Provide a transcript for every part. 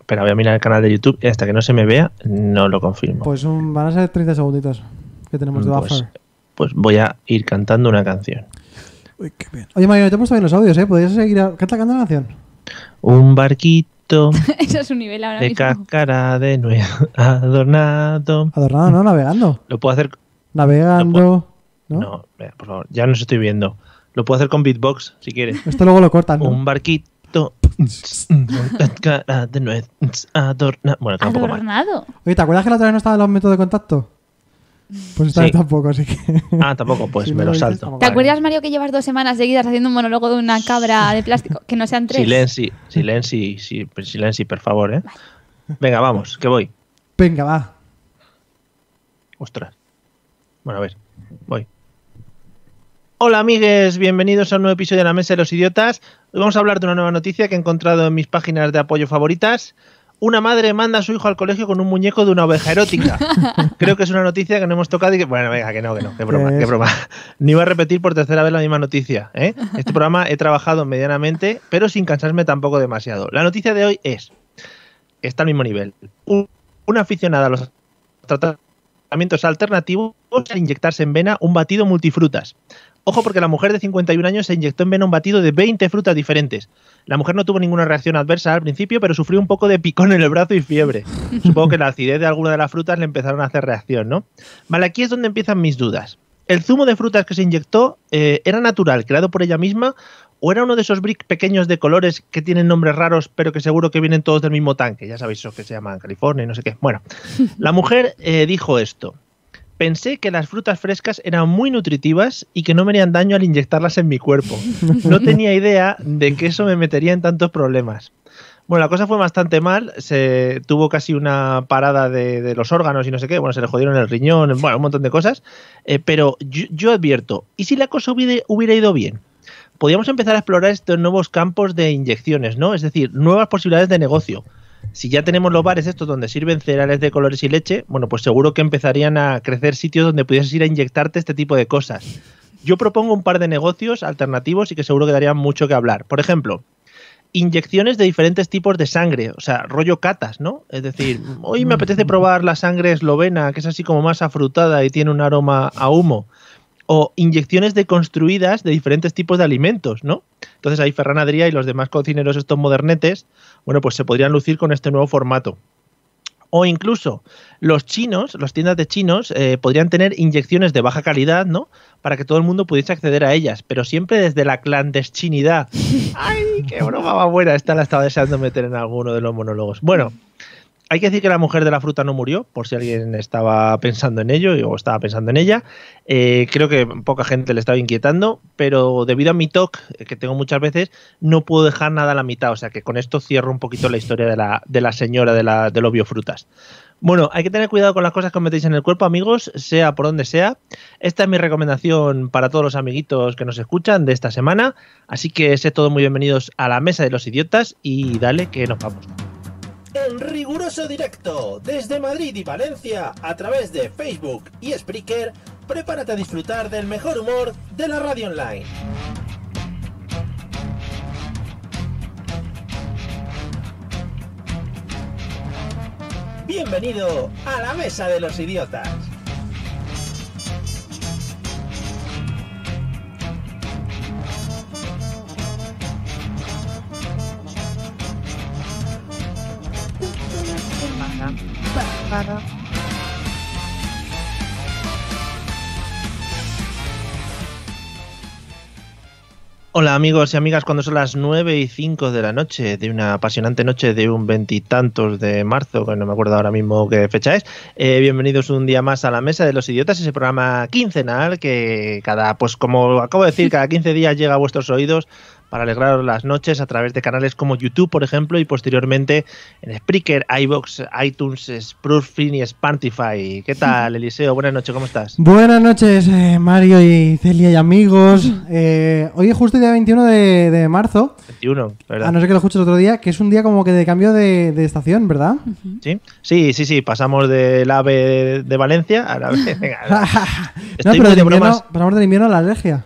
Espera, voy a mirar el canal de YouTube y hasta que no se me vea, no lo confirmo. Pues un- van a ser 30 segunditos que tenemos de pues, buffer. pues voy a ir cantando una canción. Uy, qué bien. Oye, Mario, te he puesto bien los audios, ¿eh? Podrías seguir. A... Canta, canta la canción. Un barquito Ese es su nivel ahora de mismo. cáscara de nuez adornado. Adornado, ¿no? Navegando. Lo puedo hacer. Navegando. ¿No? No, mira, por favor, ya nos estoy viendo. Lo puedo hacer con beatbox si quieres. Esto luego lo cortan. ¿no? Pues, Un barquito de cáscara de nuez adornado. Bueno, tampoco mal. Adornado. Oye, ¿te acuerdas que la otra vez no estaban los métodos de contacto? Pues esta Sí. vez tampoco, así que. Ah, tampoco, pues Si me no lo lo dices, salto. tampoco. ¿Te Vale. acuerdas, Mario, que llevas dos semanas seguidas haciendo un monólogo de una cabra de plástico? Que no sean tres. Silenci, silenci, si- silenci, por favor, ¿eh? Venga, vamos, que voy. Venga, va. Ostras. Bueno, a ver, voy. Hola amigues, bienvenidos a un nuevo episodio de La Mesa de los Idiotas. Hoy vamos a hablar de una nueva noticia que he encontrado en mis páginas de apoyo favoritas. Una madre manda a su hijo al colegio con un muñeco de una oveja erótica. Creo que es una noticia que no hemos tocado y que... Bueno, venga, que no, que no, que broma, Es- que broma. Ni voy a repetir por tercera vez la misma noticia. ¿eh? Este programa he trabajado medianamente, pero sin cansarme tampoco demasiado. La noticia de hoy es... Está al mismo nivel. Un- Una aficionada a los tratados tratamientos alternativos al inyectarse en vena un batido multifrutas. Ojo porque la mujer de 51 años se inyectó en vena un batido de 20 frutas diferentes. La mujer no tuvo ninguna reacción adversa al principio, pero sufrió un poco de picón en el brazo y fiebre. Supongo que la acidez de alguna de las frutas le empezaron a hacer reacción, ¿no? Vale, aquí es donde empiezan mis dudas. ¿El zumo de frutas que se inyectó eh, era natural, creado por ella misma, o era uno de esos bricks pequeños de colores que tienen nombres raros, pero que seguro que vienen todos del mismo tanque? Ya sabéis, esos que se llaman California y no sé qué. Bueno, la mujer eh, dijo esto. Pensé que las frutas frescas eran muy nutritivas y que no me harían daño al inyectarlas en mi cuerpo. No tenía idea de que eso me metería en tantos problemas. Bueno, la cosa fue bastante mal. Se tuvo casi una parada de, de los órganos y no sé qué. Bueno, se le jodieron el riñón, bueno, un montón de cosas. Eh, pero yo, yo advierto, ¿y si la cosa hubiera, hubiera ido bien? Podríamos empezar a explorar estos nuevos campos de inyecciones, ¿no? Es decir, nuevas posibilidades de negocio si ya tenemos los bares estos donde sirven cereales de colores y leche, bueno, pues seguro que empezarían a crecer sitios donde pudieses ir a inyectarte este tipo de cosas. Yo propongo un par de negocios alternativos y que seguro que darían mucho que hablar. Por ejemplo, inyecciones de diferentes tipos de sangre, o sea, rollo catas, ¿no? Es decir, hoy me apetece probar la sangre eslovena, que es así como más afrutada y tiene un aroma a humo. O inyecciones deconstruidas de diferentes tipos de alimentos, ¿no? Entonces ahí Ferran Adrià y los demás cocineros estos modernetes bueno, pues se podrían lucir con este nuevo formato. O incluso los chinos, las tiendas de chinos, eh, podrían tener inyecciones de baja calidad, ¿no? Para que todo el mundo pudiese acceder a ellas, pero siempre desde la clandestinidad. ¡Ay, qué broma más buena! Esta la estaba deseando meter en alguno de los monólogos. Bueno, Hay que decir que la mujer de la fruta no murió, por si alguien estaba pensando en ello y- o estaba pensando en ella. Eh, creo que poca gente le estaba inquietando, pero debido a mi talk, eh, que tengo muchas veces, no puedo dejar nada a la mitad. O sea que con esto cierro un poquito la historia de la, de la señora de, la, de los biofrutas. Bueno, hay que tener cuidado con las cosas que os metéis en el cuerpo, amigos, sea por donde sea. Esta es mi recomendación para todos los amiguitos que nos escuchan de esta semana. Así que sé todos muy bienvenidos a la mesa de los idiotas y dale que nos vamos. En riguroso directo desde Madrid y Valencia a través de Facebook y Spreaker, prepárate a disfrutar del mejor humor de la radio online. Bienvenido a la Mesa de los Idiotas. Hola amigos y amigas, cuando son las 9 y 5 de la noche de una apasionante noche de un veintitantos de marzo, que no me acuerdo ahora mismo qué fecha es, eh, bienvenidos un día más a la Mesa de los Idiotas, ese programa quincenal que cada, pues como acabo de decir, cada 15 días llega a vuestros oídos para alegraros las noches a través de canales como YouTube, por ejemplo, y posteriormente en Spreaker, iBox, iTunes, Sproofin y Spantify. ¿Qué tal, Eliseo? Buenas noches, ¿cómo estás? Buenas noches, eh, Mario y Celia y amigos. Eh, hoy es justo el día 21 de, de marzo, 21, ¿verdad? a no ser que lo escuches otro día, que es un día como que de cambio de, de estación, ¿verdad? ¿Sí? sí, sí, sí, pasamos del ave de, de Valencia a la ave. Venga, estoy no, pero muy del de invierno- bromas. pasamos del invierno a la alergia.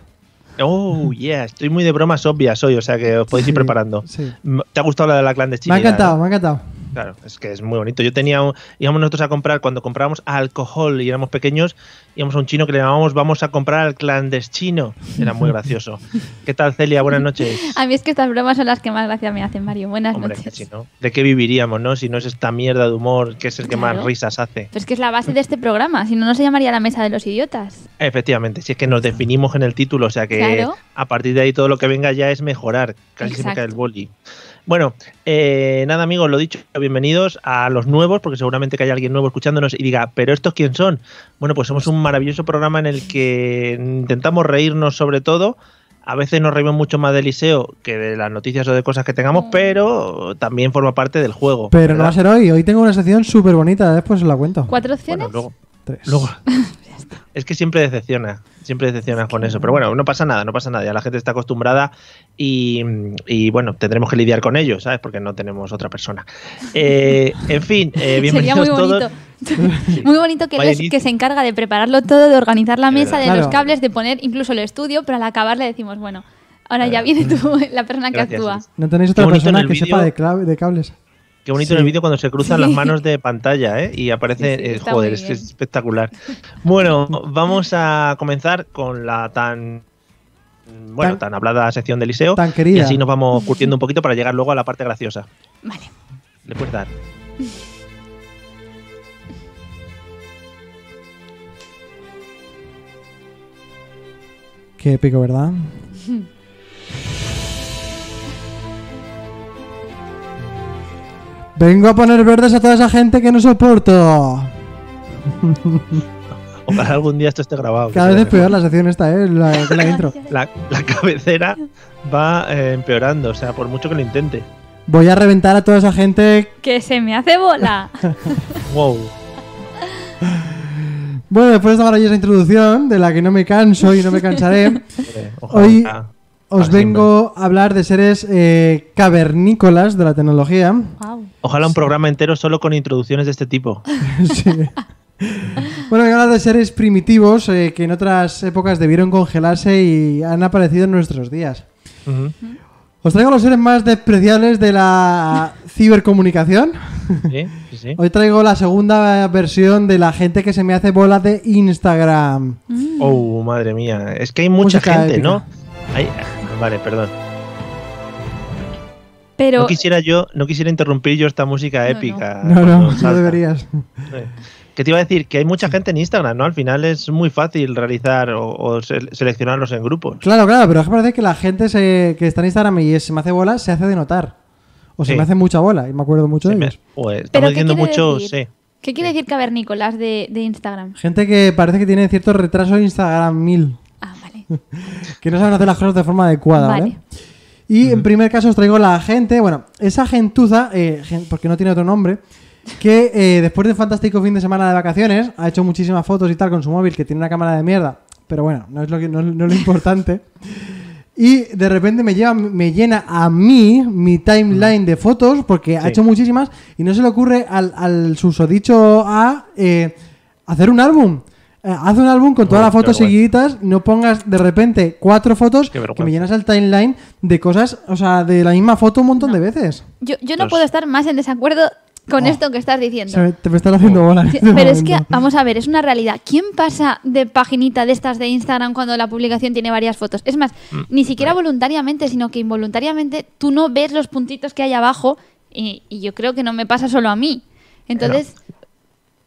Oh, yeah, estoy muy de bromas obvias hoy, o sea que os podéis ir Sí, preparando. sí. M- ¿Te ha gustado la de la me clandestinidad? ha encantado, no? me ha encantado. Claro, es que es muy bonito. Yo tenía, un- íbamos nosotros a comprar, cuando comprábamos alcohol y éramos pequeños, íbamos a un chino que le llamábamos vamos a comprar al clandestino. Era muy gracioso. ¿Qué tal, Celia? Buenas noches. A mí es que estas bromas son las que más gracia me hacen, Mario. Buenas Hombre, noches. si no, ¿de qué viviríamos, no? Si no es esta mierda de humor que es el que más Claro. risas hace. Pero es que es la base de este programa, si no, no se llamaría la mesa de los idiotas. Efectivamente, si es que nos definimos en el título, o sea que Claro. a partir de ahí todo lo que venga ya es mejorar. Casi se me cae el Exacto. boli. Bueno, eh, nada amigos, lo dicho, bienvenidos a los nuevos, porque seguramente que hay alguien nuevo escuchándonos y diga, pero ¿estos quién son? Bueno, pues somos un maravilloso programa en el que intentamos reírnos sobre todo. A veces nos reímos mucho más de Eliseo que de las noticias o de cosas que tengamos, Mm. pero también forma parte del juego. Pero no ¿verdad? va a ser hoy. Hoy tengo una sección súper bonita, después os la cuento. ¿Cuatro Bueno, opciones? luego, Tres. Luego. Es que siempre decepciona, siempre decepciona con eso. Pero bueno, no pasa nada, no pasa nada. Ya la gente está acostumbrada y, y, bueno, tendremos que lidiar con ello, ¿sabes? Porque no tenemos otra persona. Eh, en fin, eh, Sería bienvenidos muy todos. bonito. Muy bonito que Vaya Luis, inicio. que se encarga de prepararlo todo, de organizar la Es mesa, de verdad. los Claro. cables, de poner incluso el estudio, pero al acabar le decimos, bueno, ahora ya viene tú, la persona que Gracias, actúa. Luis. No tenéis Qué otra bonito en persona el que sepa vídeo. de, clave- de cables. Qué bonito Sí. en el vídeo cuando se cruzan Sí. las manos de pantalla, ¿eh? Y aparece, Sí, sí, eh, está joder, muy es que bien. es espectacular. Bueno, vamos a comenzar con la tan bueno, Tan- tan, hablada sección de Liceo. Tan Y querida. así nos vamos curtiendo un poquito para llegar luego a la parte graciosa. Vale. Le puedes dar. Qué épico, ¿verdad? Vengo a poner verdes a toda esa gente que no soporto. Ojalá algún día esto esté grabado. que Cada se vez es vea. peor la sección esta, ¿eh? La, la intro. la, la cabecera va eh, empeorando, o sea, por mucho que lo intente. Voy a reventar a toda esa gente. Que se me hace bola. Wow. Bueno, después de esta maravillosa introducción, de la que no me canso y no me cansaré, Eh, ojalá. Hoy- Ah, os Para vengo a hablar de seres eh, cavernícolas de la tecnología. Guau. ojalá un programa entero solo con introducciones de este tipo. Sí. Bueno, voy a hablar de seres primitivos eh, que en otras épocas debieron congelarse y han aparecido en nuestros días. Ujú. Os traigo los seres más despreciables de la cibercomunicación. Sí, sí, sí. Hoy traigo la segunda versión de la gente que se me hace bola de Instagram. Oh, madre mía. Es que hay mucha Música gente, épica. ¿no? Hay- Vale, perdón. Pero No quisiera yo, no quisiera interrumpir yo esta música No, no. épica. No, Ah, cuando no, salta. no deberías. Eh, Que te iba a decir que hay mucha gente en Instagram, ¿no? Al final es muy fácil realizar o, o se- seleccionarlos en grupos. Claro, claro, pero es que parece que la gente se- que está en Instagram y se me hace bola se hace de notar. o se Sí. me hace mucha bola y me acuerdo mucho de Se me- ellos. Joder, ¿Pero Pues, estamos qué diciendo quiere mucho, decir? sí. ¿Qué quiere decir cavernícolas de, de Instagram? Gente que parece que tiene cierto retraso en Instagram mil, Ah, vale. que no saben hacer las cosas de forma adecuada, ¿vale? Vale. Y en primer caso os traigo la gente, bueno, esa gentuza, eh, gen- porque no tiene otro nombre, que eh, después de un fantástico fin de semana de vacaciones, ha hecho muchísimas fotos y tal con su móvil, que tiene una cámara de mierda, pero bueno, no es lo, que, no, no es lo importante. Y de repente me, lleva, me llena a mí mi timeline de fotos, porque ha Sí. hecho muchísimas, y no se le ocurre al, al susodicho A eh, hacer un álbum. Eh, haz un álbum con todas Uy, las qué fotos vergüenza. seguiditas, no pongas de repente cuatro fotos Qué vergüenza. que me llenas el timeline de cosas, o sea, de la misma foto un montón de veces. Yo, yo no Entonces- puedo estar más en desacuerdo con Oh. esto que estás O diciendo. sea, te me estás haciendo bola. en Sí, este Pero es que, momento. vamos a ver, es una realidad. ¿Quién pasa de paginita de estas de Instagram cuando la publicación tiene varias fotos? Es más, Mm, ni siquiera voluntariamente, sino que involuntariamente tú no ves los puntitos que hay abajo y, y yo creo que no me pasa solo a mí. Entonces,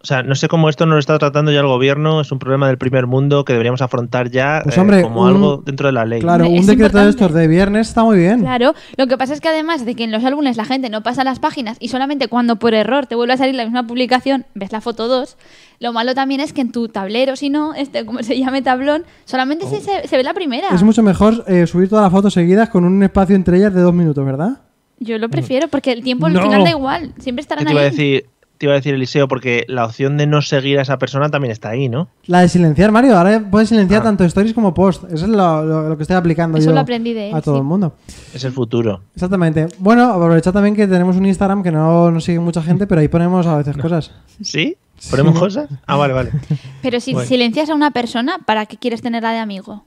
O sea, no sé cómo esto no lo está tratando ya el gobierno, es un problema del primer mundo que deberíamos afrontar ya Pues, eh, hombre, como un- algo dentro de la ley. Claro, Hombre, un es decreto de importante. estos de viernes está muy bien. claro, lo que pasa es que además de que en los álbumes la gente no pasa las páginas y solamente cuando por error te vuelve a salir la misma publicación ves la foto 2, lo malo también es que en tu tablero, si no, este, como se llame tablón, solamente se- se, se ve la primera. Oh. Es mucho mejor eh, subir todas las fotos seguidas con un espacio entre ellas de dos minutos, ¿verdad? Yo lo prefiero porque el tiempo al No. final da igual, siempre estarán Yo te iba a ahí. decir, te iba a decir Eliseo, porque la opción de no seguir a esa persona también está ahí, ¿no? La de silenciar, Mario. Ahora puedes silenciar Ah. tanto stories como post. Eso es lo, lo- lo que estoy aplicando Eso yo lo aprendí de él, a todo sí. el mundo. Es el futuro. Exactamente. Bueno, aprovechad también que tenemos un Instagram que no nos sigue mucha gente, pero ahí ponemos a veces cosas. ¿Sí? ¿Ponemos Sí. cosas? Ah, vale, vale. Pero si Bueno. silencias a una persona, ¿para qué quieres tenerla de amigo?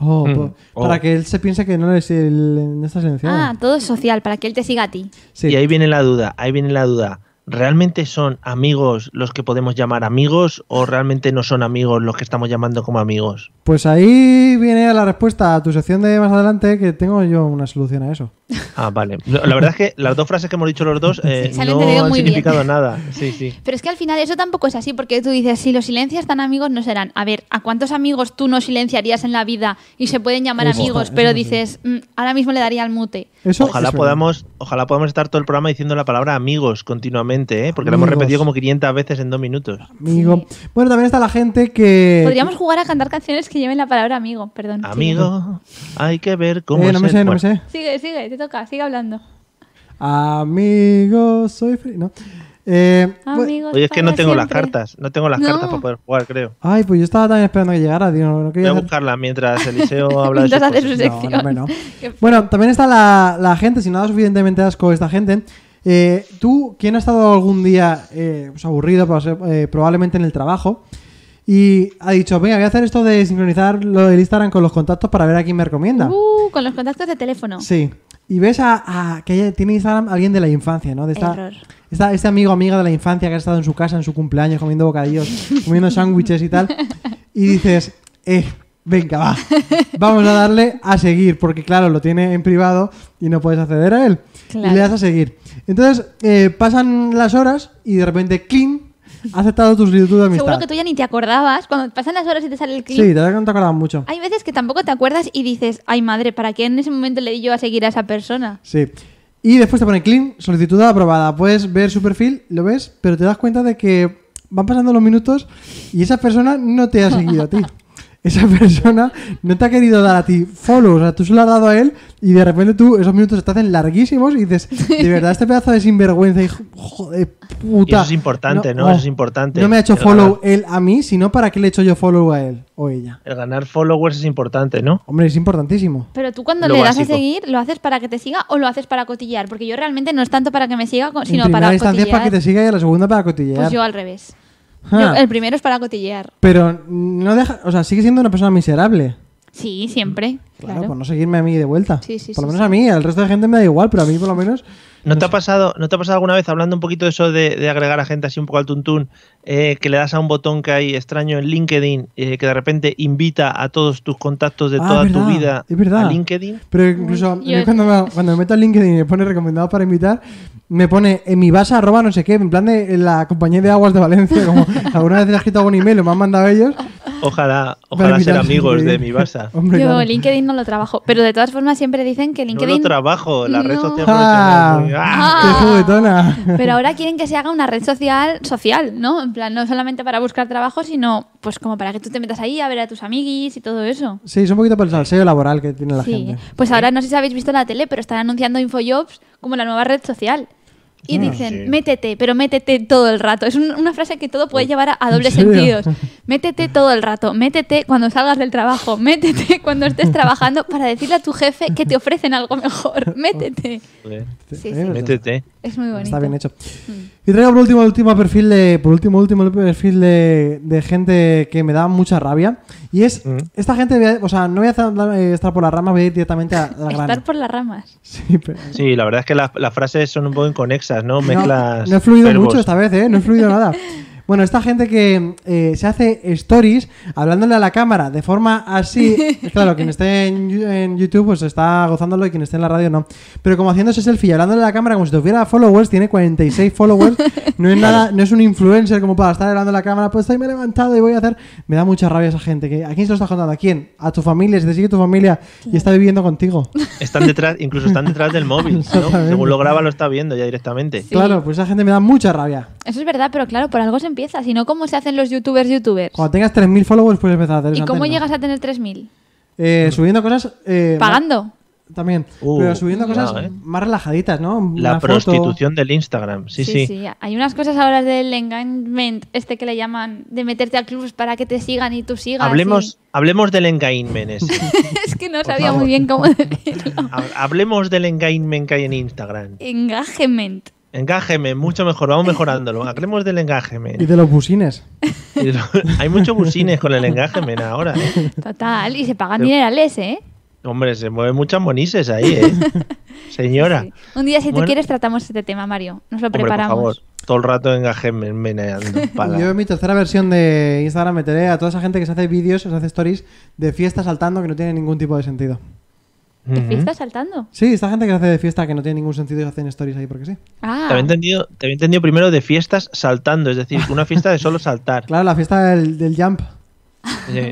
Oh, Mm. po- Oh. Para que él se piense que no le si- el- no está silenciado. Ah, todo es social, para que él te siga a ti. Sí. Y ahí viene la duda, ahí viene la duda. ¿Realmente son amigos los que podemos llamar amigos o realmente no son amigos los que estamos llamando como amigos? Pues ahí viene la respuesta a tu sección de más adelante, que tengo yo una solución a eso. Ah, vale. Lo- La verdad es que las dos frases que hemos dicho los dos eh, Sí, se han no entendido han muy bien. significado nada. Sí, sí. Pero es que al final eso tampoco es así, porque tú dices, si los silencias tan amigos no serán. A ver, ¿a cuántos amigos tú no silenciarías en la vida y se pueden llamar Eso amigos, está, eso pero no sé. dices, "Mm, ahora mismo le daría al mute? Eso Ojalá es verdad. podamos, ojalá podamos estar todo el programa diciendo la palabra amigos continuamente, ¿eh? porque la hemos Amigos. repetido como 500 veces en dos minutos. Amigo. Bueno, también está la gente que. Podríamos jugar a cantar canciones que lleven la palabra amigo, perdón. sigue. Amigo, hay que ver cómo Eh, es no me el- sé, no bueno, me sé. Sigue, sigue, te toca, sigue hablando. Amigo, soy feliz. No. Eh, bu- Amigos. Oye, es que no para tengo las siempre. cartas, no tengo las No. cartas para poder jugar, creo. Ay, pues yo estaba también esperando que llegara, tío. No, no Voy quería a hacer- buscarla mientras Eliseo habla de sus Mientras hace cosas. No, sus- no, hombre, no. Qué- Bueno, también está la, la gente, si no da suficientemente asco esta gente. Eh, Tú, ¿quién ha estado algún día eh, pues, aburrido, pues, eh, probablemente en el trabajo? Y ha dicho, venga, voy a hacer esto de sincronizar lo del Instagram con los contactos para ver a quién me recomienda. Uh, con los contactos de teléfono. Sí. Y ves a, a- que hay- tiene Instagram alguien de la infancia, ¿no? De esta, Error. esta- este amigo o amiga de la infancia que ha estado en su casa en su cumpleaños comiendo bocadillos, comiendo sándwiches y tal. Y dices, eh, venga, va. Vamos a darle a seguir, porque claro, lo tiene en privado y no puedes acceder a él. Claro. Y le das a seguir. Entonces, eh, pasan las horas y de repente, clean, ha aceptado tu solicitud de amistad. Seguro que tú ya ni te acordabas. Cuando pasan las horas y te sale el clip. Sí, te no te acordabas mucho. Hay veces que tampoco te acuerdas y dices, ay madre, ¿para qué en ese momento le di yo a seguir a esa persona? Sí. Y después te pone clean, solicitud aprobada. Puedes ver su perfil, lo ves, pero te das cuenta de que van pasando los minutos y esa persona no te ha seguido a ti. Esa persona no te ha querido dar a ti follow, o sea, tú se lo has dado a él y de repente tú esos minutos se te hacen larguísimos y dices, de verdad, este pedazo de sinvergüenza, hijo hijo de puta. Y eso es importante, ¿no? oh, Eso es importante. No me ha hecho El follow ganar- él a mí, sino para qué le he hecho yo follow a él o ella. El ganar followers es importante, ¿no? Hombre, es importantísimo. Pero tú cuando Lo le das a básico. seguir, ¿lo haces para que te siga o lo haces para cotillar? Porque yo realmente no es tanto para que me siga, co- sino en primera para instancia es cotillar. para que te siga y en la segunda para cotillear. Pues yo al revés. Ah. Yo- el primero es para cotillear. Pero no deja, o sea, sigue siendo una persona miserable. Sí, siempre. Claro, Claro. por no seguirme a mí de vuelta. Sí, sí, por lo sí, menos a mí, al resto de gente me da igual, pero a mí por lo menos. ¿No te, ha pasado, ¿No te ha pasado alguna vez, hablando un poquito de eso de, de agregar a gente así un poco al tuntún, eh, que le das a un botón que hay extraño en LinkedIn, eh, que de repente invita a todos tus contactos de Ah, toda tu verdad, vida es verdad. a LinkedIn? Pero incluso yo- yo cuando, me, cuando me meto en LinkedIn y me pone recomendado para invitar, me pone en mi base arroba no sé qué, en plan de la compañía de aguas de Valencia, como alguna vez le he escrito algún email o me han mandado ellos, Ojalá, ojalá ser mirar, amigos increíble. de mi Barça. Hombre, Yo claro. LinkedIn no lo trabajo, pero de todas formas siempre dicen que No LinkedIn... lo trabajo, la red No. social Ah, profesional. muy- ¡Ah! Ah. ¡Qué juguetona! Pero ahora quieren que se haga una red social social, ¿no? En plan, no solamente para buscar trabajo, sino pues como para que tú te metas ahí a ver a tus amiguis y todo eso. Sí, es un poquito por el salseo laboral que tiene la sí. gente. Pues ahora no sé si habéis visto la tele, pero están anunciando InfoJobs como la nueva red social. Ah, Y dicen, sí. métete, pero métete todo el rato. Es un- una frase que todo puede llevar a, a dobles serio? sentidos. Métete todo el rato, métete cuando salgas del trabajo, métete cuando estés trabajando para decirle a tu jefe que te ofrecen algo mejor. Métete. Joder, Sí, Eh, sí. Métete. Es muy bonito. Mm. Está bien hecho. Y traigo por último, el último perfil de, por último, último perfil de, de gente que me da mucha rabia. Y es, esta gente, voy a- o sea, no voy a estar- eh, estar por las ramas, voy a ir directamente a la Estar gran. por las ramas. Sí, pero- Sí, la verdad es que las, las frases son un poco inconexas, ¿no? No, Mezclas. No, he fluido verbos. mucho esta vez, ¿eh? No he fluido nada. Bueno, esta gente que eh, se hace stories hablándole a la cámara de forma así. Claro, quien esté en, Yu- en YouTube pues está gozándolo y quien esté en la radio no. Pero como haciéndose selfie y hablándole a la cámara como si tuviera followers, tiene 46 followers. No es nada, no es un influencer como para estar hablando a la cámara. Pues estoy me he levantado y voy a hacer. Me da mucha rabia esa gente. Que, ¿A quién se lo está contando? ¿A quién? ¿A tu familia? Si te sigue tu familia y está viviendo contigo. Están detrás, incluso están detrás del móvil, ¿no? Exactamente. Según lo graba, lo está viendo ya directamente. Sí. Claro, pues esa gente me da mucha rabia. Eso es verdad, pero claro, por algo se empieza. Si no, ¿cómo se hacen los youtubers youtubers? Cuando tengas 3.000 followers puedes empezar a hacer ¿Y esa cómo técnica. llegas a tener 3.000? Eh, subiendo cosas. eh, ¿Pagando? más- También. Mm. Uh, pero subiendo cosas cuidado, eh. más relajaditas, ¿no? La Una foto. prostitución del Instagram, sí, sí. Hay unas cosas ahora del engagement, este que le llaman, de meterte a clubs para que te sigan y tú sigas. Hablemos, hablemos del engagement ese. y- es que no Por sabía favor. muy bien cómo decirlo. Ha- Hablemos del engagement que hay en Instagram. Engagement. Engagement, mucho mejor, vamos mejorándolo. Hablemos del Y engagement. de los busines. Hay muchos busines con el engagement ahora. ¿eh? Total. Y se pagan Pero- dinerales, ¿eh? Hombre, se mueven muchas monises ahí, ¿eh? Señora. Sí. Un día, si tú Bueno. quieres, tratamos este tema, Mario. Nos lo Hombre, por preparamos. favor, todo el rato engagement meneando pala. Yo en mi tercera versión de Instagram meteré a toda esa gente que se hace vídeos, se hace stories de fiesta saltando que no tiene ningún tipo de sentido. ¿Te Ujú. estás saltando? Sí, esta gente que hace de fiesta que no tiene ningún sentido y hacen stories ahí porque sí. Ah, Te había, entendido, te había entendido primero de fiestas saltando, es decir, una fiesta de solo saltar. Claro, la fiesta del, del jump. Sí.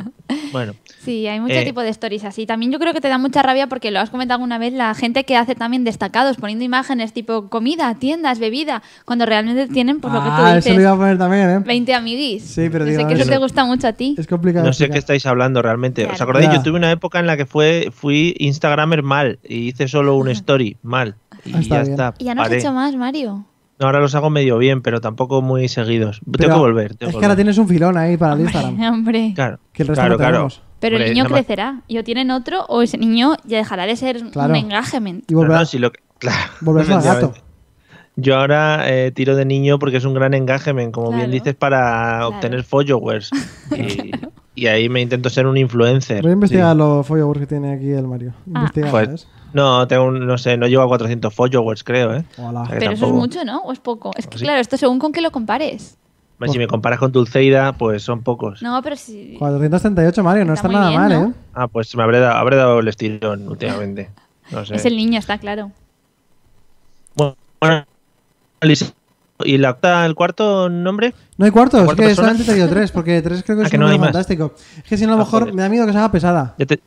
Bueno, Sí, hay mucho Eh, tipo de stories así. También yo creo que te da mucha rabia porque lo has comentado alguna vez, la gente que hace también destacados, poniendo imágenes tipo comida, tiendas, bebida, cuando realmente tienen, pues lo que ah, tú eso lo iba dices, a poner también, ¿eh? 20 amiguis. Sí, pero Yo digo, sé que no eso sé. te gusta mucho a ti. Es complicado. no sé explicar. qué estáis hablando realmente. ¿Os Claro. acordáis? Ya. Yo tuve una época en la que fue, fui Instagramer mal y hice solo un story mal. Y Ah, Está ya bien. está. Y ya no has paré. hecho más, Mario. No, ahora los hago medio bien, pero tampoco muy seguidos. Pero tengo que volver. tengo Es que que ahora volver. tienes un filón ahí para el Instagram. Hombre. Claro, Que el resto claro, no claro. tenemos. Pero Hombre, el niño nada más- crecerá. Y o tienen otro o ese niño ya dejará de ser Claro. un engagement. Y No, volverás, no, si lo que- claro, volverás al gato. efectivamente. Yo ahora eh, tiro de niño porque es un gran engagement, como bien Claro. dices, para obtener followers. y, y ahí me intento ser un influencer. Voy a investigar Sí. los followers que tiene aquí el Mario. Ah. Investiga, Pues- ¿sabes? No, tengo un- no sé, no llevo a 400 followers, creo, ¿eh? Hola. Pero eso es tampoco. Pues mucho, ¿no? O es poco. Es que Sí. claro, esto según con qué lo compares. Hombre, Si me comparas con Dulceida, pues son pocos. No, pero si... 438, Mario, no está, Está muy nada bien, mal, ¿no? ¿eh? Ah, pues me habré, da- habré dado el estirón últimamente. No sé. Es el niño, está claro. Bueno, Lisa, ¿y la octa, el cuarto nombre? No hay cuartos, es ¿Cuarta que persona? solamente te digo tres, porque tres creo que Ah, es que un no hay número más. fantástico. Es que si no, a lo Ah, mejor joder. me da miedo que se haga pesada. Ya te,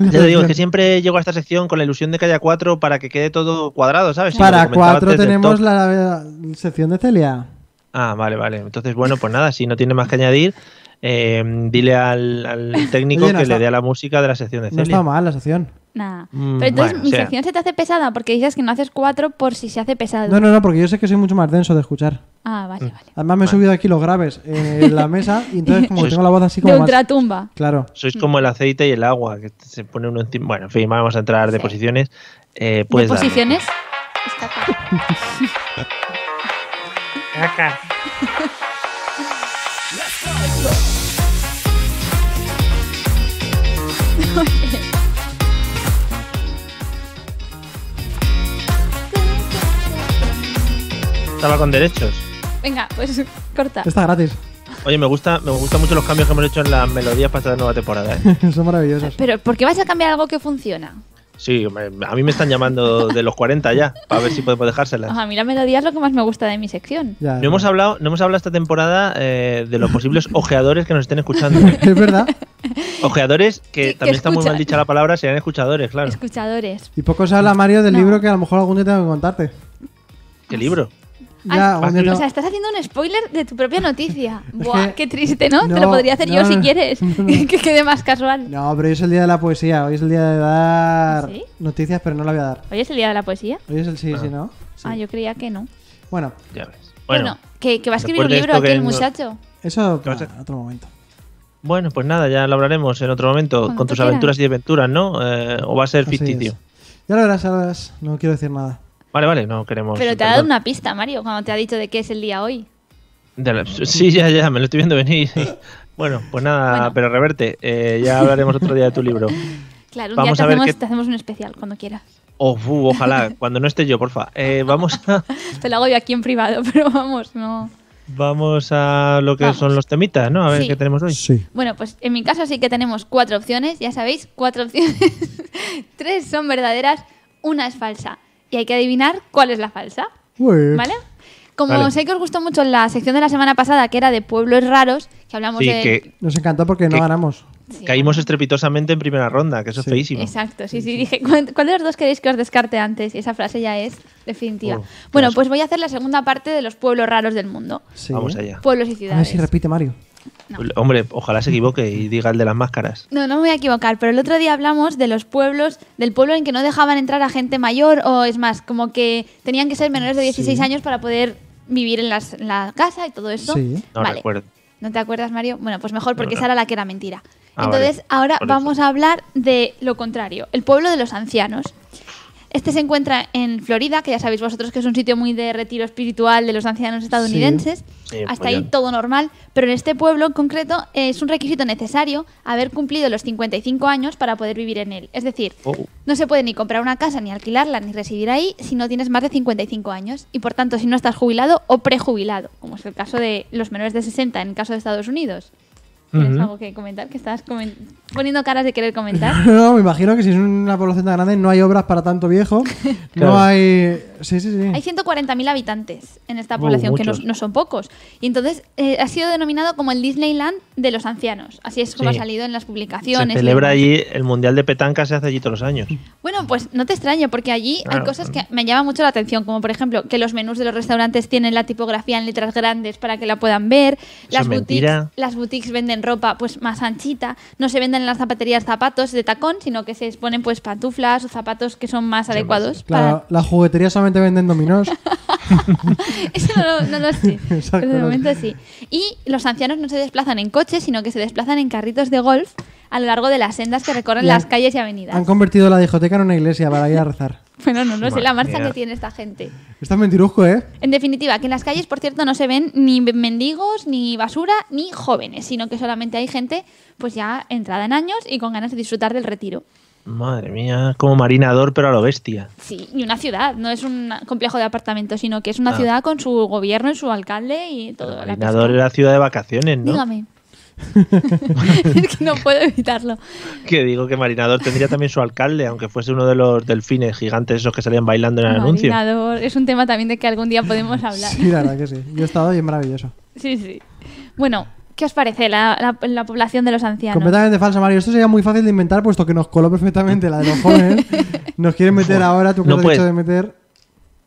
ya te digo, es que siempre llego a esta sección con la ilusión de que haya cuatro para que quede todo cuadrado, ¿sabes? Y lo Para que comentaba cuatro antes del tenemos top. la, la sección de Celia. Ah, vale, vale. Entonces, bueno, pues nada, si no tiene más que añadir, eh, dile al, al técnico Oye, no que está- le dé a la música de la sección de No Celia. está mal la sección. Nada. Mm, Pero entonces bueno, mi o sea. sección se te hace pesada porque dices que no haces cuatro por si se hace pesado. No, no, no, porque yo sé que soy mucho más denso de escuchar. Ah, Mm. vale, vale. Además, me he subido aquí los graves en la mesa y entonces, como que Sois- tengo la voz así De como. Más... ultratumba. Claro. Sois como el aceite y el agua, que se pone uno encima. Bueno, en fin, vamos a entrar de Sí. posiciones. Eh, ¿De puedes darle. posiciones? Escapa. Estaba con derechos. Venga, pues corta. Está gratis. Oye, me gusta, me gustan mucho los cambios que hemos hecho en las melodías para esta nueva temporada. ¿eh? Son maravillosos. Pero ¿por qué vas a cambiar algo que funciona? Sí, me- a mí me están llamando de los 40 ya, para ver si podemos dejárselas. A mí la melodía es lo que más me gusta de mi sección. Ya, No hemos hablado, no hemos hablado esta temporada eh, de los posibles ojeadores que nos estén escuchando. Es verdad. Ojeadores, que, Que- que también está muy escuchan. mal dicha la palabra, serían escuchadores, claro. Escuchadores. Y poco se habla, Mario, del No. libro que a lo mejor algún día tengo que contarte. ¿Qué libro? Ya, Ah, algún día o tengo- sea, estás haciendo un spoiler de tu propia noticia. que- Buah, qué triste, ¿no? Te No, lo podría hacer yo no, si no, quieres. no, no. que quede más casual. No, pero hoy es el día de la poesía. Hoy es el día de dar ¿Ah, ¿Sí? noticias, pero no la voy a dar. Hoy es el día de la poesía. Hoy es el sí, sí, ¿no? Ah, yo creía que no. Bueno, Ya ves. Bueno, Bueno, que, que va a escribir un después de libro esto que aquel nos- muchacho. eso ¿Qué vas a- para otro momento. bueno, pues nada, ya lo hablaremos en otro momento Cuando con tú tus quieras. aventuras y desventuras, ¿no? Eh, o va a ser Así es. ficticio. Ya lo verás, ya lo verás. No quiero decir nada. Vale, vale, no queremos. Pero te ha dado perdón. una pista, Mario, cuando te ha dicho de qué es el día hoy. De la- Sí, ya, ya, me lo estoy viendo venir. bueno, pues nada, Bueno. pero reverte, eh, ya hablaremos otro día de tu libro. Claro, un Vamos día a te ver hacemos, qué- te hacemos un especial cuando quieras. Oh, fu, ojalá, cuando no esté yo, porfa. Eh, vamos a, Te lo hago yo aquí en privado, pero vamos, no. vamos a lo que Vamos. son los temitas, ¿no? A ver Sí. qué tenemos hoy. Bueno, pues en mi caso sí que tenemos cuatro opciones, ya sabéis, cuatro opciones. Tres son verdaderas, una es falsa. Y hay que adivinar cuál es la falsa. Ué. ¿Vale? Como Vale. sé que os gustó mucho la sección de la semana pasada, que era de pueblos raros, que hablamos Sí, de. que Nos encantó porque no ¿Qué? ganamos. Sí. caímos estrepitosamente en primera ronda, que eso Sí. es feísimo. Exacto, sí, sí, dije, "¿Cuál- ¿cuál de los dos queréis que os descarte antes? Y esa frase ya es definitiva. Oh, bueno, qué pues voy a hacer la segunda parte de los pueblos raros del mundo. Sí. Vamos allá. Pueblos A y ver ciudades. si repite Mario. Hombre, ojalá se equivoque y diga el de las máscaras. No, no me voy a equivocar, pero el otro día hablamos de los pueblos, del pueblo en que no dejaban entrar a gente mayor o es más, como que tenían que ser menores de 16 Sí. años para poder vivir en, las- en la casa y todo eso. Sí. No Vale. recuerdo. ¿No te acuerdas, Mario? Bueno, pues mejor porque No, no. esa era la que era mentira. Ah, Entonces, vale. ahora Por eso. vamos a hablar de lo contrario, el pueblo de los ancianos. Este se encuentra en Florida, que ya sabéis vosotros que es un sitio muy de retiro espiritual de los ancianos estadounidenses. Sí, Hasta pues ahí ya. todo normal, pero en este pueblo en concreto es un requisito necesario haber cumplido los 55 años para poder vivir en él. Es decir, Oh. no se puede ni comprar una casa, ni alquilarla, ni residir ahí si no tienes más de 55 años. Y por tanto, si no estás jubilado o prejubilado, como es el caso de los menores de 60 en el caso de Estados Unidos. ¿Tienes Ujú. algo que comentar? Que estás comen- poniendo caras de querer comentar. No, me imagino que si es una población tan grande no hay obras para tanto viejo. Claro. No hay. Sí, sí, sí. Hay 140.000 habitantes en esta Uh, población, que no, muchos. no son pocos. Y entonces eh, ha sido denominado como el Disneyland de los ancianos. Así es como Sí. ha salido en las publicaciones. Se y celebra demás. allí el Mundial de Petanca, se hace allí todos los años. Bueno, pues no te extraño, porque allí hay Claro. cosas que me llaman mucho la atención, como por ejemplo que los menús de los restaurantes tienen la tipografía en letras grandes para que la puedan ver, las es boutiques, mentira. las boutiques venden ropa pues más anchita, no se venden en las zapaterías zapatos de tacón, sino que se ponen pues pantuflas o zapatos que son más adecuados. Claro, las jugueterías solamente venden dominós. para- Eso no, lo- no lo sé. Exacto, Pero de no sé. momento sí. Y los ancianos no se desplazan en coches, sino que se desplazan en carritos de golf a lo largo de las sendas que recorren Y han- las calles y avenidas. Han convertido la discoteca en una iglesia para ir a rezar. Bueno, no lo sé, la Madre marcha mía. que tiene esta gente. Esto es mentirusco, ¿eh? En definitiva, que en las calles, por cierto, no se ven ni mendigos, ni basura, ni jóvenes, sino que solamente hay gente pues ya entrada en años y con ganas de disfrutar del retiro. Madre mía, como marinador, pero a lo bestia. Sí, y una ciudad, no es un complejo de apartamentos, sino que es una Ah. ciudad con su gobierno y su alcalde y todo. la Marinador pesca. era ciudad de vacaciones, ¿no? Dígame. es que no puedo evitarlo. Que digo que Marinador tendría también su alcalde, aunque fuese uno de los delfines gigantes esos que salían bailando en el anuncio. Marinador, es un tema también de que algún día podemos hablar. Sí, la verdad que sí. Yo he estado y es maravilloso. Sí, sí. Bueno, ¿qué os parece la, la- la población de los ancianos? Completamente falsa, Mario. Esto sería muy fácil de inventar, puesto que nos coló perfectamente la de los jóvenes. Nos quieren meter ahora, tú que No has puede. dicho de meter.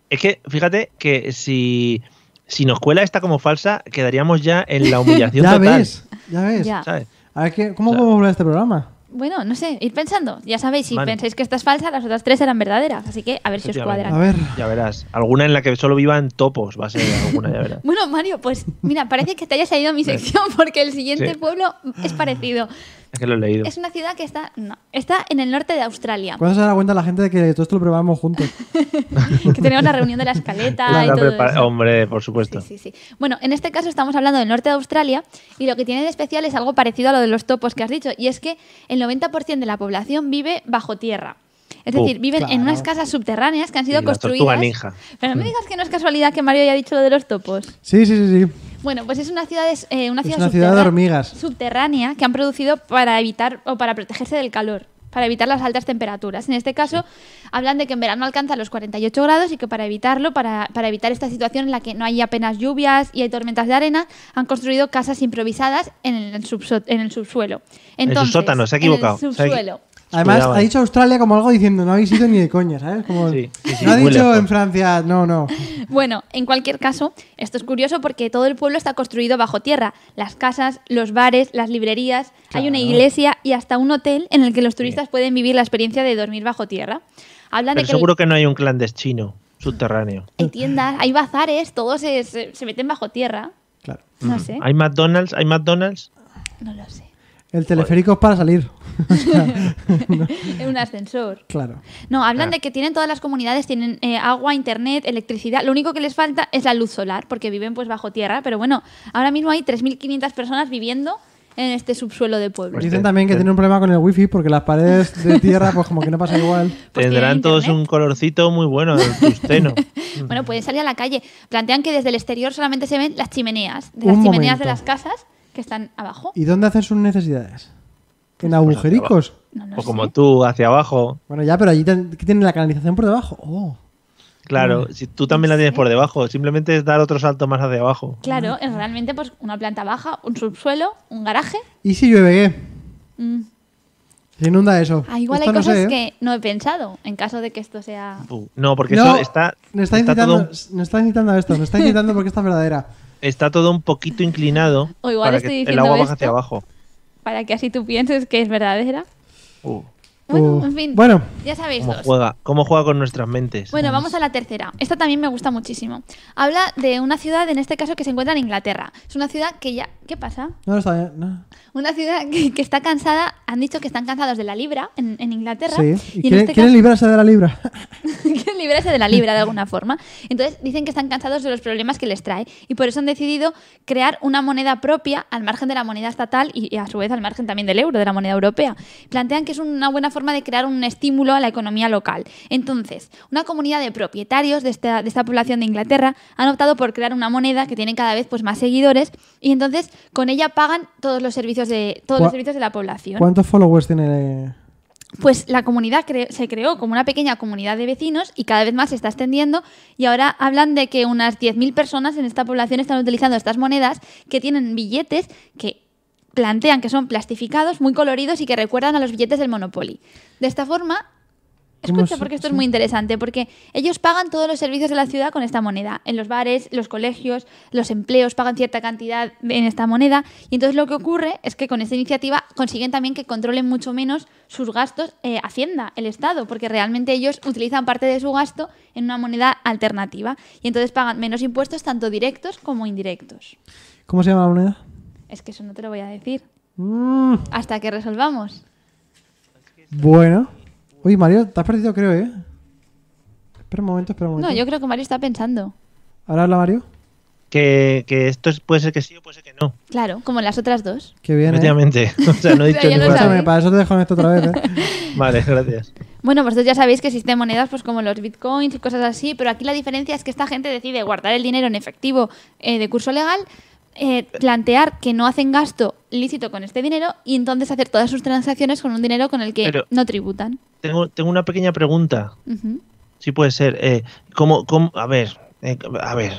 Es que fíjate que si, si nos cuela esta como falsa, quedaríamos ya en la humillación Ya total. ves, ya ves. Ya. ¿sabes? A ver, ¿qué- ¿cómo Ya. podemos hablar de este programa? Bueno, no sé, ir pensando. Ya sabéis, si Vale. pensáis que esta es falsa, las otras tres eran verdaderas. Así que a ver si os Efectivamente. A cuadran. ver. Ya verás. Alguna en la que solo vivan topos, va a ser alguna, ya verás. Bueno, Mario, pues mira, parece que te haya salido mi sección porque el siguiente Sí. pueblo es parecido. Es que lo he leído. Es una ciudad que está, no, está en el norte de Australia. ¿Cuándo se dará cuenta la gente de que todo esto lo probamos juntos? Que tenemos la reunión de la escaleta y Está todo prepara- eso. Hombre, por supuesto. Sí, sí, sí. Bueno, en este caso estamos hablando del norte de Australia y lo que tiene de especial es algo parecido a lo de los topos que has dicho, y es que el 90% de la población vive bajo tierra. Es Uh, decir, viven en claro. unas casas subterráneas que han sido Y la construidas. tortuga ninja. Mm. Pero no me digas que no es casualidad que Mario haya dicho lo de los topos. Sí, sí, sí, sí. Bueno, pues es una ciudad, es, eh, una Es ciudad, una ciudad de subterrá- hormigas. subterránea que han producido para evitar o para protegerse del calor. para evitar las altas temperaturas. En este caso, hablan de que en verano alcanza los 48 grados y que para evitarlo, para, para evitar esta situación en la que no hay apenas lluvias y hay tormentas de arena, han construido casas improvisadas en el, subso- en el subsuelo. el Entonces, sótano, se ha equivocado. En el Se ha equi- subsuelo. Además, Cuidado, ha eh. dicho Australia como algo diciendo, no habéis ido ni de coña, ¿sabes? Como, Sí, sí, sí, no ha huele a dicho todo. en Francia, no, no. Bueno, en cualquier caso, esto es curioso porque todo el pueblo está construido bajo tierra. Las casas, los bares, las librerías, hay una iglesia y hasta un hotel en el que los turistas pueden vivir la experiencia de dormir bajo tierra. Hablan Pero de que seguro que no hay un clandestino subterráneo. hay tiendas, hay bazares, todos se, se- se meten bajo tierra. Claro. No sé, ¿Hay McDonald's? ¿Hay McDonald's? no lo sé. El teleférico es para salir. En un ascensor. Claro. No, hablan Ah. de que tienen todas las comunidades, tienen eh, agua, internet, electricidad. Lo único que les falta es la luz solar, porque viven pues bajo tierra. Pero bueno, ahora mismo hay 3.500 personas viviendo en este subsuelo de pueblo. Pues Dicen te- también que te- tienen un problema con el wifi porque las paredes de tierra, pues como que no pasa igual. Pues Tendrán tienen todos internet. un colorcito muy bueno, el tusteno. Bueno, pueden salir a la calle. Plantean que desde el exterior solamente se ven las chimeneas, de las Un momento. chimeneas de las casas que están abajo. ¿Y dónde hacen sus necesidades? Pues ¿En agujericos? No, no o sé. como tú, hacia abajo. Bueno, ya, pero allí ten- que tienen la canalización por debajo. Oh. Claro, Mm. si tú también la tienes por debajo, simplemente es dar otro salto más hacia abajo. Claro, es realmente pues una planta baja, un subsuelo, un garaje. ¿Y si llueve qué? Mm. Se inunda eso. Ah, igual Esto hay no cosas sé, ¿eh? que no he pensado en caso de que esto sea. Uh, No, porque No, eso está, nos está, incitando, todo, nos está incitando a esto, nos está incitando porque esta es verdadera. está todo un poquito inclinado O igual para estoy que el diciendo agua baje esto. hacia abajo. Para que así tú pienses que es verdadera. Uh, Bueno, Uh, en fin. bueno. ya sabéis ¿cómo, dos. juega, ¿Cómo juega con nuestras mentes? Bueno, vamos a la tercera. Esta también me gusta muchísimo. Habla de una ciudad, en este caso, que se encuentra en Inglaterra. Es una ciudad que ya. ¿Qué pasa? No, no está bien. no. Una ciudad que, que está cansada, han dicho que están cansados de la libra en, en Inglaterra. Sí. ¿Y, en quieren, este quieren caso- librarse de la libra? quieren librarse de la libra de alguna forma. Entonces dicen que están cansados de los problemas que les trae y por eso han decidido crear una moneda propia al margen de la moneda estatal y, y a su vez al margen también del euro, de la moneda europea. Plantean que es una buena forma de crear un estímulo a la economía local. Entonces, una comunidad de propietarios de esta, de esta población de Inglaterra han optado por crear una moneda que tiene cada vez pues, más seguidores y entonces con ella pagan todos los servicios de, todos ¿Cuá- los servicios de la población. ¿Cuántos followers tiene? eh? Pues la comunidad cre- se creó como una pequeña comunidad de vecinos y cada vez más se está extendiendo y ahora hablan de que unas 10.000 personas en esta población están utilizando estas monedas que tienen billetes que plantean que son plastificados, muy coloridos y que recuerdan a los billetes del Monopoly. De esta forma, ¿Cómo escucha se- porque esto es sí? muy interesante, porque ellos pagan todos los servicios de la ciudad con esta moneda. En los bares, los colegios, los empleos pagan cierta cantidad en esta moneda y entonces lo que ocurre es que con esta iniciativa consiguen también que controlen mucho menos sus gastos eh, Hacienda, el Estado, porque realmente ellos utilizan parte de su gasto en una moneda alternativa y entonces pagan menos impuestos tanto directos como indirectos. ¿Cómo se llama la moneda? Es que eso no te lo voy a decir. Mm, Hasta que resolvamos. bueno. Uy, Mario, te has perdido, creo, ¿eh? Espera un momento, espera un No, momento. yo creo que Mario está pensando. ¿Ahora habla Mario? Que, que esto es- puede ser que sí o puede ser que no. Claro, como las otras dos. Qué bien, ¿eh? Efectivamente. O sea, no he O sea, dicho ya ni lo nada. sabes. Escúchame, para Pues eso te dejo en esto otra vez, ¿eh? Vale, gracias. Bueno, vosotros ya sabéis que existen monedas pues como los bitcoins y cosas así, pero aquí la diferencia es que esta gente decide guardar el dinero en efectivo eh, de curso legal, eh, plantear que no hacen gasto lícito con este dinero y entonces hacer todas sus transacciones con un dinero con el que Pero- no tributan. Tengo, tengo una pequeña pregunta. Ujú. Sí puede ser. Eh, ¿cómo, cómo- a ver, eh, a ver.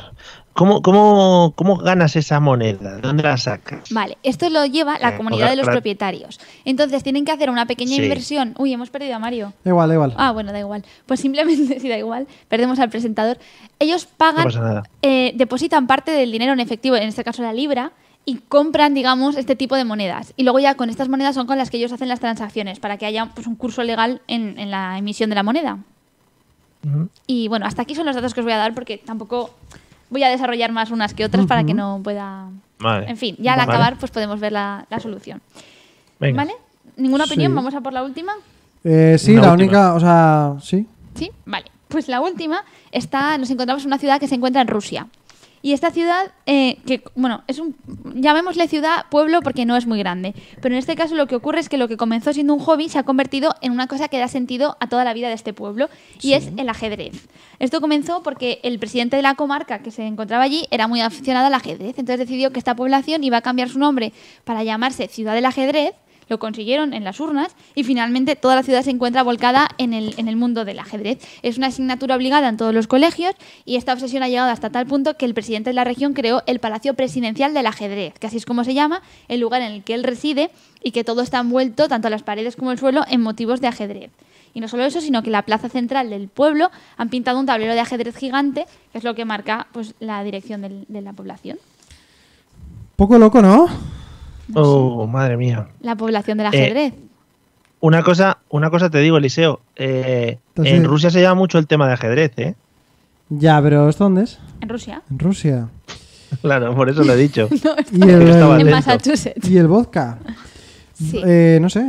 ¿Cómo, cómo, ¿Cómo ganas esa moneda? ¿De dónde la sacas? Vale, esto lo lleva la Eh, comunidad de los ahora- propietarios. Entonces tienen que hacer una pequeña Sí. inversión. Uy, hemos perdido a Mario. Da igual, da igual. Ah, bueno, da igual. Pues simplemente, sí, da igual. Perdemos al presentador. Ellos No pagan pasa nada. eh, depositan parte del dinero en efectivo, en este caso la libra, y compran, digamos, este tipo de monedas. Y luego ya con estas monedas son con las que ellos hacen las transacciones, para que haya pues, un curso legal en, en la emisión de la moneda. Ujú. Y bueno, hasta aquí son los datos que os voy a dar porque tampoco voy a desarrollar más unas que otras para que no pueda... Vale. En fin, ya al Vale. acabar pues podemos ver la, la solución. Venga. ¿Vale? ¿Ninguna opinión? Sí. ¿Vamos a por la última? Eh, sí, Una la última. única, o sea, sí. ¿Sí? Vale. Pues la última está, nos encontramos en una ciudad que se encuentra en Rusia. Y esta ciudad, eh, que, bueno, es un, llamémosle ciudad, pueblo, porque no es muy grande. Pero en este caso lo que ocurre es que lo que comenzó siendo un hobby se ha convertido en una cosa que da sentido a toda la vida de este pueblo, y es el ajedrez. Esto comenzó porque el presidente de la comarca que se encontraba allí era muy aficionado al ajedrez. Entonces decidió que esta población iba a cambiar su nombre para llamarse Ciudad del Ajedrez Lo consiguieron en las urnas y finalmente toda la ciudad se encuentra volcada en el, en el mundo del ajedrez. Es una asignatura obligada en todos los colegios y esta obsesión ha llegado hasta tal punto que el presidente de la región creó el Palacio Presidencial del Ajedrez, que así es como se llama, el lugar en el que él reside y que todo está envuelto, tanto las paredes como el suelo, en motivos de ajedrez. Y no solo eso, sino que la plaza central del pueblo han pintado un tablero de ajedrez gigante, que es lo que marca pues, la dirección del- de la población. Poco loco, ¿no? Oh, madre mía. La población del ajedrez. Una cosa, una cosa te digo, Eliseo. eh, Entonces- en Rusia se lleva mucho el tema de ajedrez, ¿eh? Ya, pero ¿esto dónde es? en Rusia. En Rusia. Claro, por eso lo he dicho. Y Yo estaba en atento. el, Massachusetts. y el vodka. Sí. Eh, no sé.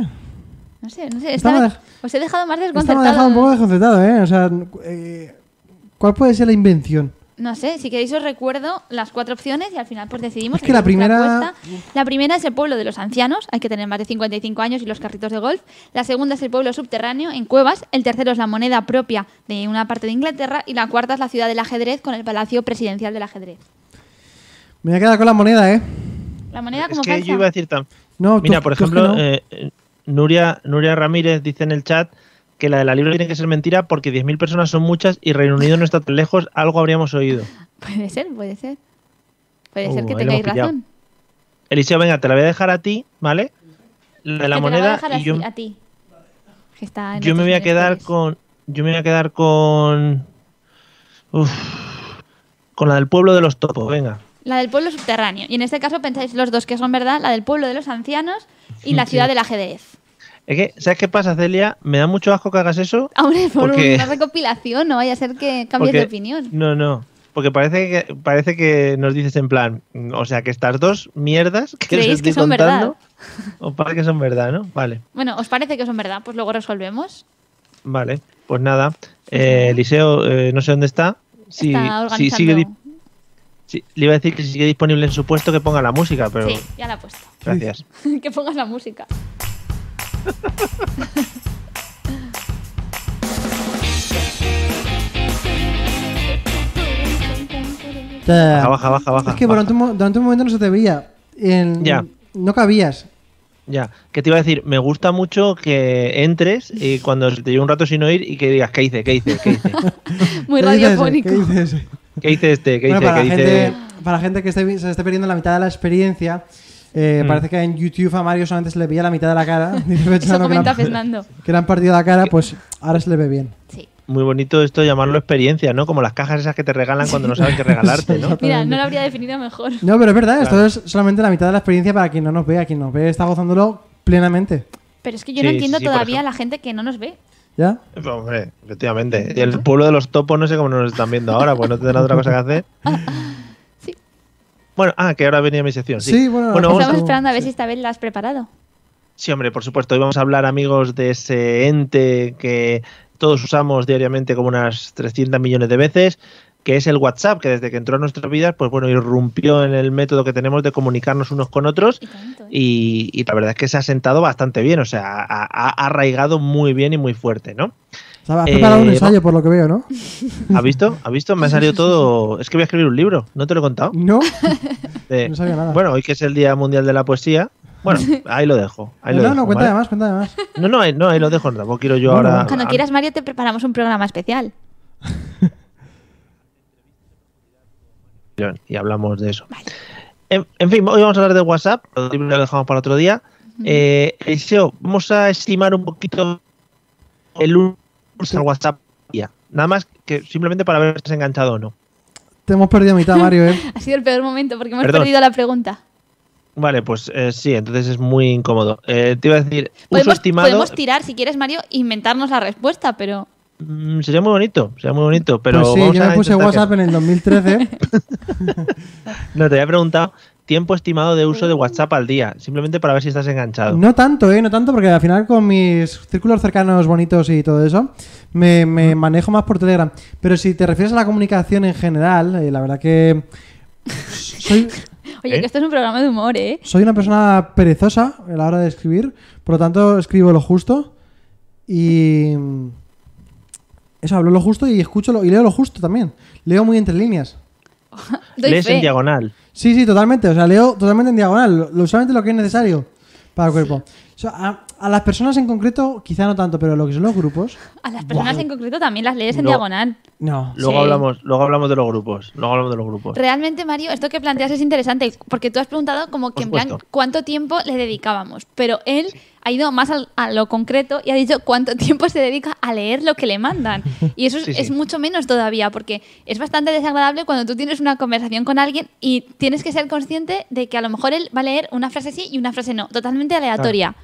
No sé, no sé. Esta me estaba- dej- os he dejado más Esta me ha dejado desconcertado. un poco desconcertado, ¿eh? O sea, eh, ¿cuál puede ser la invención? No sé, si queréis os recuerdo las cuatro opciones y al final pues decidimos. Es que la entre nuestra primera- apuesta. La primera es el pueblo de los ancianos, hay que tener más de 55 años y los carritos de golf. La segunda es el pueblo subterráneo, en cuevas. El tercero es la moneda propia de una parte de Inglaterra. Y la cuarta es la ciudad del ajedrez con el palacio presidencial del ajedrez. Me voy a quedar con la moneda, ¿eh? La moneda Es como que falsa. yo iba a decir tan. No, tú- Mira, por tú es que ejemplo, no. eh, eh, Nuria, Nuria Ramírez dice en el chat que la de la libra tiene que ser mentira porque 10.000 personas son muchas y Reino Unido no está tan lejos, algo habríamos oído. Puede ser, puede ser. Puede Uh, ser que ahí lo hemos tengáis pillado. razón. Eliseo, venga, te la voy a dejar a ti, ¿vale? La de la Que te voy a moneda dejar y yo, así, a ti. Que está en yo me nuestros voy a quedar menesteres. con yo me voy a quedar con uf, con la del pueblo de los topos, venga. La del pueblo subterráneo. Y en este caso pensáis los dos que son verdad, la del pueblo de los ancianos y la Sí. ciudad del ajedrez. Es que ¿sabes qué pasa, Celia? Me da mucho asco que hagas eso. Hombre, por Porque- una recopilación, no vaya a ser que Ah, cambies porque- de opinión. No, no. Porque parece que, parece que nos dices en plan, mm, o sea, que estas dos mierdas que os ¿Creéis estoy que son contando, o parece que son verdad, ¿no? Vale, Bueno, ¿os parece que son verdad? Pues luego resolvemos. vale. Pues nada, eh, Eliseo, eh, no sé dónde está. Si, Está organizando. si sigue, di- si- le iba a decir que si sigue disponible en su puesto que ponga la música, pero Sí, ya la he puesto. gracias. que pongas la música. Ya, ya, ya. Baja, baja, baja, baja. Es que baja. durante un, mo- durante un momento no se te veía. En- Ya. No cabías. Ya, que te iba a decir, me gusta mucho que entres y cuando se te lleve un rato sin oír y que digas, ¿qué hice? ¿Qué hice? ¿Qué hice? Muy ¿Qué dices? radiofónico. ¿Qué dices? ¿Qué hice este? ¿Qué Bueno, hice? para, ¿Qué la hice? gente, para la gente que esté- se esté perdiendo la mitad de la experiencia, eh, Mm. parece que en YouTube a Mario solamente se le veía la mitad de la cara. Dice Eso Fernando que, le comenta han- Fernando. que le han partido la cara, pues ahora se le ve bien. Sí. Muy bonito esto de llamarlo experiencia, ¿no? Como las cajas esas que te regalan cuando no saben qué regalarte, ¿no? Mira, no lo habría definido mejor. No, pero es verdad, esto es solamente la mitad de la experiencia para quien no nos vea. Quien nos ve está gozándolo plenamente. Pero es que yo no Sí, entiendo sí, por todavía a ejemplo. la gente que no nos ve. ¿Ya? Pues, Hombre, efectivamente. Y el pueblo de los topos, no sé cómo nos están viendo ahora, pues no tendrán otra cosa que hacer. Sí. Bueno, ah, que ahora venía mi sección. Sí, Sí, bueno, vamos- o- Estamos esperando a ver si esta vez la has preparado. Sí, hombre, por supuesto. Hoy vamos a hablar, amigos, de ese ente que todos usamos diariamente como unas 300 millones de veces, que es el WhatsApp, que desde que entró a nuestras vidas, pues bueno, irrumpió en el método que tenemos de comunicarnos unos con otros. Y tanto, ¿eh? Y, y la verdad es que se ha sentado bastante bien, o sea, ha, ha- ha arraigado muy bien y muy fuerte, ¿no? o sea, has Eh, preparado un va- ensayo, por lo que veo, ¿no? ¿Ha visto? ¿Ha visto? Me ha salido todo. Es que voy a escribir un libro, no te lo he contado. No, Eh, no sabía nada. bueno, hoy que es el Día Mundial de la Poesía. Bueno, ahí lo dejo. ahí no, lo no, dejo, no, cuéntame ¿vale? más, cuéntame más. No, no, ahí- no, ahí lo dejo. Tampoco quiero yo No, no, ahora. Cuando a- quieras, Mario, te preparamos un programa especial. y hablamos de eso. En, en fin, hoy vamos a hablar de WhatsApp, lo de- lo dejamos para otro día. Eh, Eliseo, vamos a estimar un poquito el uso del WhatsApp. ya. Nada más que simplemente para ver si estás enganchado o no. Te hemos perdido mitad, Mario, ¿eh? Ha sido el peor momento porque hemos Perdón. perdido la pregunta. Vale, pues eh, sí, entonces es muy incómodo. Eh, te iba a decir, uso Podemos, estimado podemos tirar, si quieres, Mario, e inventarnos la respuesta, pero mm, sería muy bonito, sería muy bonito, pero pues sí, vamos yo a me puse intentar que- WhatsApp en el 2013. No, te había preguntado tiempo estimado de Mm. uso de WhatsApp al día, simplemente para ver si estás enganchado. No tanto, ¿eh? No tanto, porque al final con mis círculos cercanos bonitos y todo eso, me, me manejo más por Telegram. Pero si te refieres a la comunicación en general, eh, la verdad que soy, oye, ¿Eh? que esto es un programa de humor, ¿eh? soy una persona perezosa a la hora de escribir, por lo tanto escribo lo justo y... Eso, hablo lo justo y escucho lo, y leo lo justo también. Leo muy entre líneas. Doy Lees en fe. diagonal. Sí, sí, totalmente. O sea, leo totalmente en diagonal, lo, lo- solamente lo que es necesario. para el cuerpo. O sea, a, a las personas en concreto, quizá no tanto, pero lo que son los grupos, A las personas en concreto también las lees en No. diagonal. no. Luego, Sí. hablamos, luego hablamos de los grupos. Luego hablamos de los grupos. Realmente, Mario, esto que planteas es interesante, porque tú has preguntado como que Por en plan supuesto. cuánto tiempo le dedicábamos, pero él ha ido más al- a lo concreto y ha dicho cuánto tiempo se dedica a leer lo que le mandan. Y eso es, Sí, sí. es mucho menos todavía, porque es bastante desagradable cuando tú tienes una conversación con alguien y tienes que ser consciente de que a lo mejor él va a leer una frase sí y una frase no, totalmente aleatoria.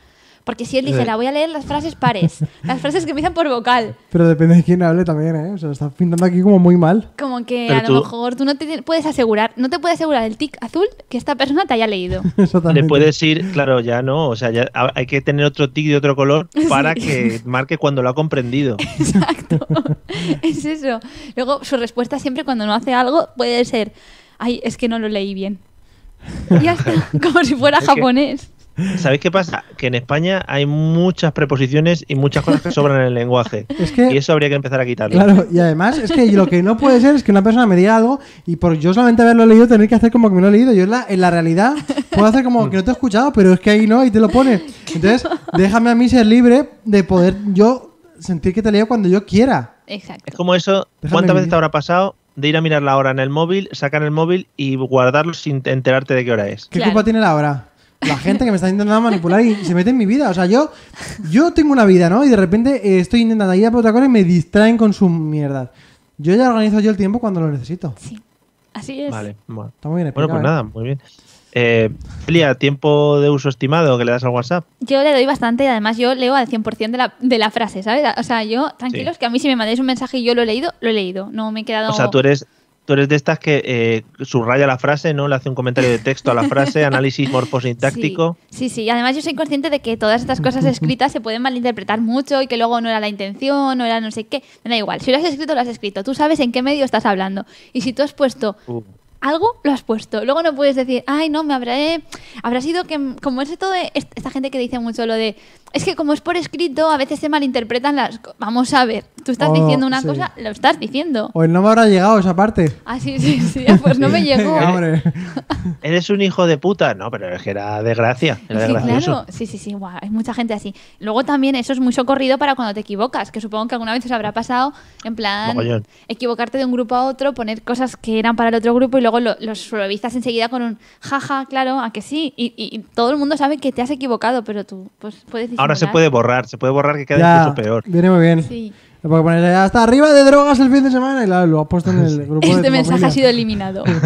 Porque si él dijera, voy a leer las frases pares, las frases que empiezan por vocal, Pero depende de quién hable también, ¿eh? O sea, lo estás pintando aquí como muy mal. Como que Pero a tú- lo mejor tú no te ti- puedes asegurar, no te puede asegurar el tic azul que esta persona te haya leído. Exactamente. Le puedes ir, claro, ya no, o sea, ya ha- hay que tener otro tic de otro color para que marque cuando lo ha comprendido. Exacto. es eso. Luego su respuesta siempre cuando no hace algo puede ser, ay, es que no lo leí bien. Y ya está, como si fuera Es que- japonés. ¿Sabéis qué pasa? Que en España hay muchas preposiciones y muchas cosas que sobran en el lenguaje. Es que- Y eso habría que empezar a quitarlo. Claro, y además es que lo que no puede ser es que una persona me diga algo y por yo solamente haberlo leído tener que hacer como que me lo he leído. Yo en la, en la realidad puedo hacer como que no te he escuchado, pero es que ahí no, y te lo pones. Entonces, déjame a mí ser libre de poder yo sentir que te leo cuando yo quiera. Exacto. Es como eso, Déjame vivir. ¿cuántas veces te habrá pasado de ir a mirar la hora en el móvil, sacar el móvil y guardarlo sin te- enterarte de qué hora es? ¿Qué Claro. culpa tiene la hora? La gente que me está intentando manipular y se mete en mi vida. O sea, yo, yo tengo una vida, ¿no? Y de repente eh, estoy intentando ir a por otra cosa y me distraen con su mierda. Yo ya organizo yo el tiempo cuando lo necesito. Sí. Así es. Vale, bueno. Está muy bien Bueno, explicado. pues ¿eh? nada, muy bien. Eh, Elia, tiempo de uso estimado que le das al WhatsApp. Yo le doy bastante y además yo leo al 100% de la, de la frase, ¿sabes? O sea, yo, tranquilos, que a mí si me mandáis un mensaje y yo lo he leído, lo he leído. No me he quedado... O sea, tú eres, tú eres de estas que eh, subraya la frase, ¿no? Le hace un comentario de texto a la frase, análisis morfosintáctico. Sí, sí, sí. Además, yo soy consciente de que todas estas cosas escritas se pueden malinterpretar mucho y que luego no era la intención, no era no sé qué. Me da igual. Si lo has escrito, lo has escrito. Tú sabes en qué medio estás hablando. Y si tú has puesto Uh, algo, lo has puesto. Luego no puedes decir, ay, no, me habré. Habrá sido que. Como es todo. de- est- Esta gente que dice mucho lo de. Es que como es por escrito, a veces se malinterpretan las. co-". Vamos a ver. Tú estás Oh, diciendo una sí. cosa, lo estás diciendo. ¿eh? O el no me habrá llegado esa parte. Ah, sí, sí, sí. Pues no me llegó. Venga, hombre. Eres un hijo de puta. No, pero es que era desgracia. Era Sí, desgracioso. claro. Sí, sí, sí. guau, hay mucha gente así. Luego también eso es muy socorrido para cuando te equivocas, que supongo que alguna vez os habrá pasado, en plan, Mogollón. equivocarte de un grupo a otro, poner cosas que eran para el otro grupo y luego lo- los suavizas enseguida con un jaja, claro, a que sí. Y, y- y todo el mundo sabe que te has equivocado, pero tú pues, puedes decir. Ahora se puede borrar, se puede borrar que queda Ya, incluso peor. Viene muy bien. Sí. Lo puedo poner ahí, hasta arriba de drogas el fin de semana y claro, lo has puesto en el grupo de Este tu mensaje familia. ha sido eliminado. Pues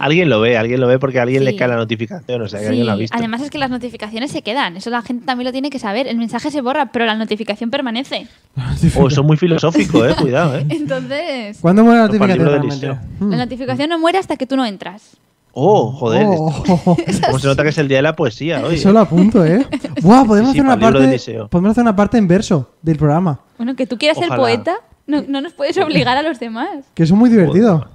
Alguien lo ve, alguien lo ve porque a alguien le Sí. cae la notificación, o sea, que Sí, alguien lo ha visto. Además es que las notificaciones se quedan. Eso la gente también lo tiene que saber. El mensaje se borra, pero la notificación permanece. O son Oh, muy filosóficos, eh, cuidado, eh. Entonces, ¿Cuándo muere la Los notificación? partidos del realmente? Hmm. la notificación no muere hasta que tú no entras. Oh, joder, Oh, oh, oh. como se nota que es el día de la poesía hoy. Eso lo apunto, ¿eh? ¡Guau! Podemos, Sí, sí, hacer una para el libro de parte, Eliseo. podemos hacer una parte en verso del programa, Bueno, que tú quieras ser Ojalá. poeta, no, no nos puedes obligar a los demás. que eso es muy divertido.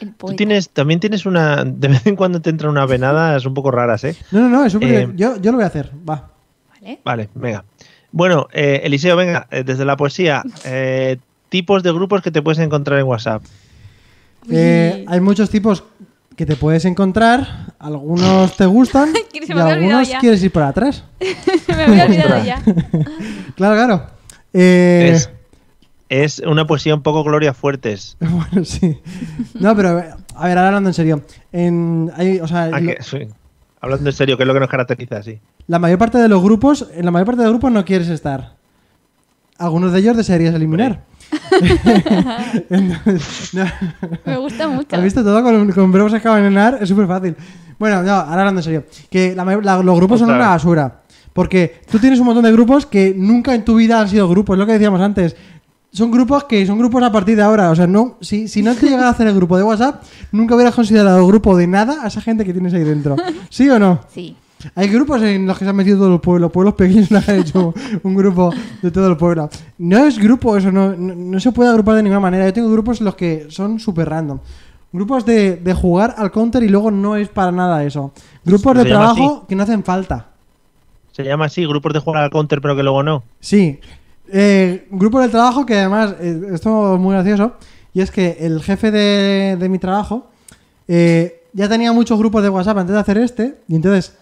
El poeta. Tú tienes, también tienes una, de vez en cuando te entran unas venadas un poco raras, eh. No, no, no, es súper Eh, divertido. yo, yo lo voy a hacer, va. ¿Vale? Vale, venga. Bueno, eh, Eliseo, venga, eh, desde la poesía, eh, tipos de grupos que te puedes encontrar en WhatsApp. Eh, hay muchos tipos que te puedes encontrar, algunos te gustan Que y se me había olvidado algunos ya. quieres ir para atrás. Me había olvidado ya. Claro, claro. Eh, Es, es una poesía un poco Gloria Fuertes. Bueno, sí. No, pero a ver, ahora hablando en serio. En, hay- o sea, Ah, lo- que- sí. Hablando en serio, que es lo que nos caracteriza, sí. la mayor parte de los grupos, en la mayor parte de los grupos no quieres estar. Algunos de ellos desearías eliminar. Entonces, no. Me gusta mucho. ¿Has visto todo con, con verbos que acaban en ar? Es súper fácil. Bueno, no, ahora hablando en serio. Que la mayor- la- los grupos son Otra una vez. basura. Porque tú tienes un montón de grupos que nunca en tu vida han sido grupos, lo que decíamos antes. Son grupos que son grupos a partir de ahora. O sea, no, si, si no te llegara a hacer el grupo de WhatsApp, nunca hubieras considerado grupo de nada a esa gente que tienes ahí dentro. ¿Sí o no? Sí. Hay grupos en los que se han metido todos los pueblos. Pueblos pequeños han hecho un grupo de todos los pueblos. No es grupo eso, no, no, no se puede agrupar de ninguna manera. Yo tengo grupos en los que son súper random. Grupos de, de jugar al counter y luego no es para nada eso. Grupos de Se llama trabajo que no hacen falta. Se llama así, grupos de jugar al counter, pero que luego no. Sí. Eh, grupos de trabajo que además, eh, esto es muy gracioso, y es que el jefe de, de mi trabajo eh, ya tenía muchos grupos de WhatsApp antes de hacer este, y entonces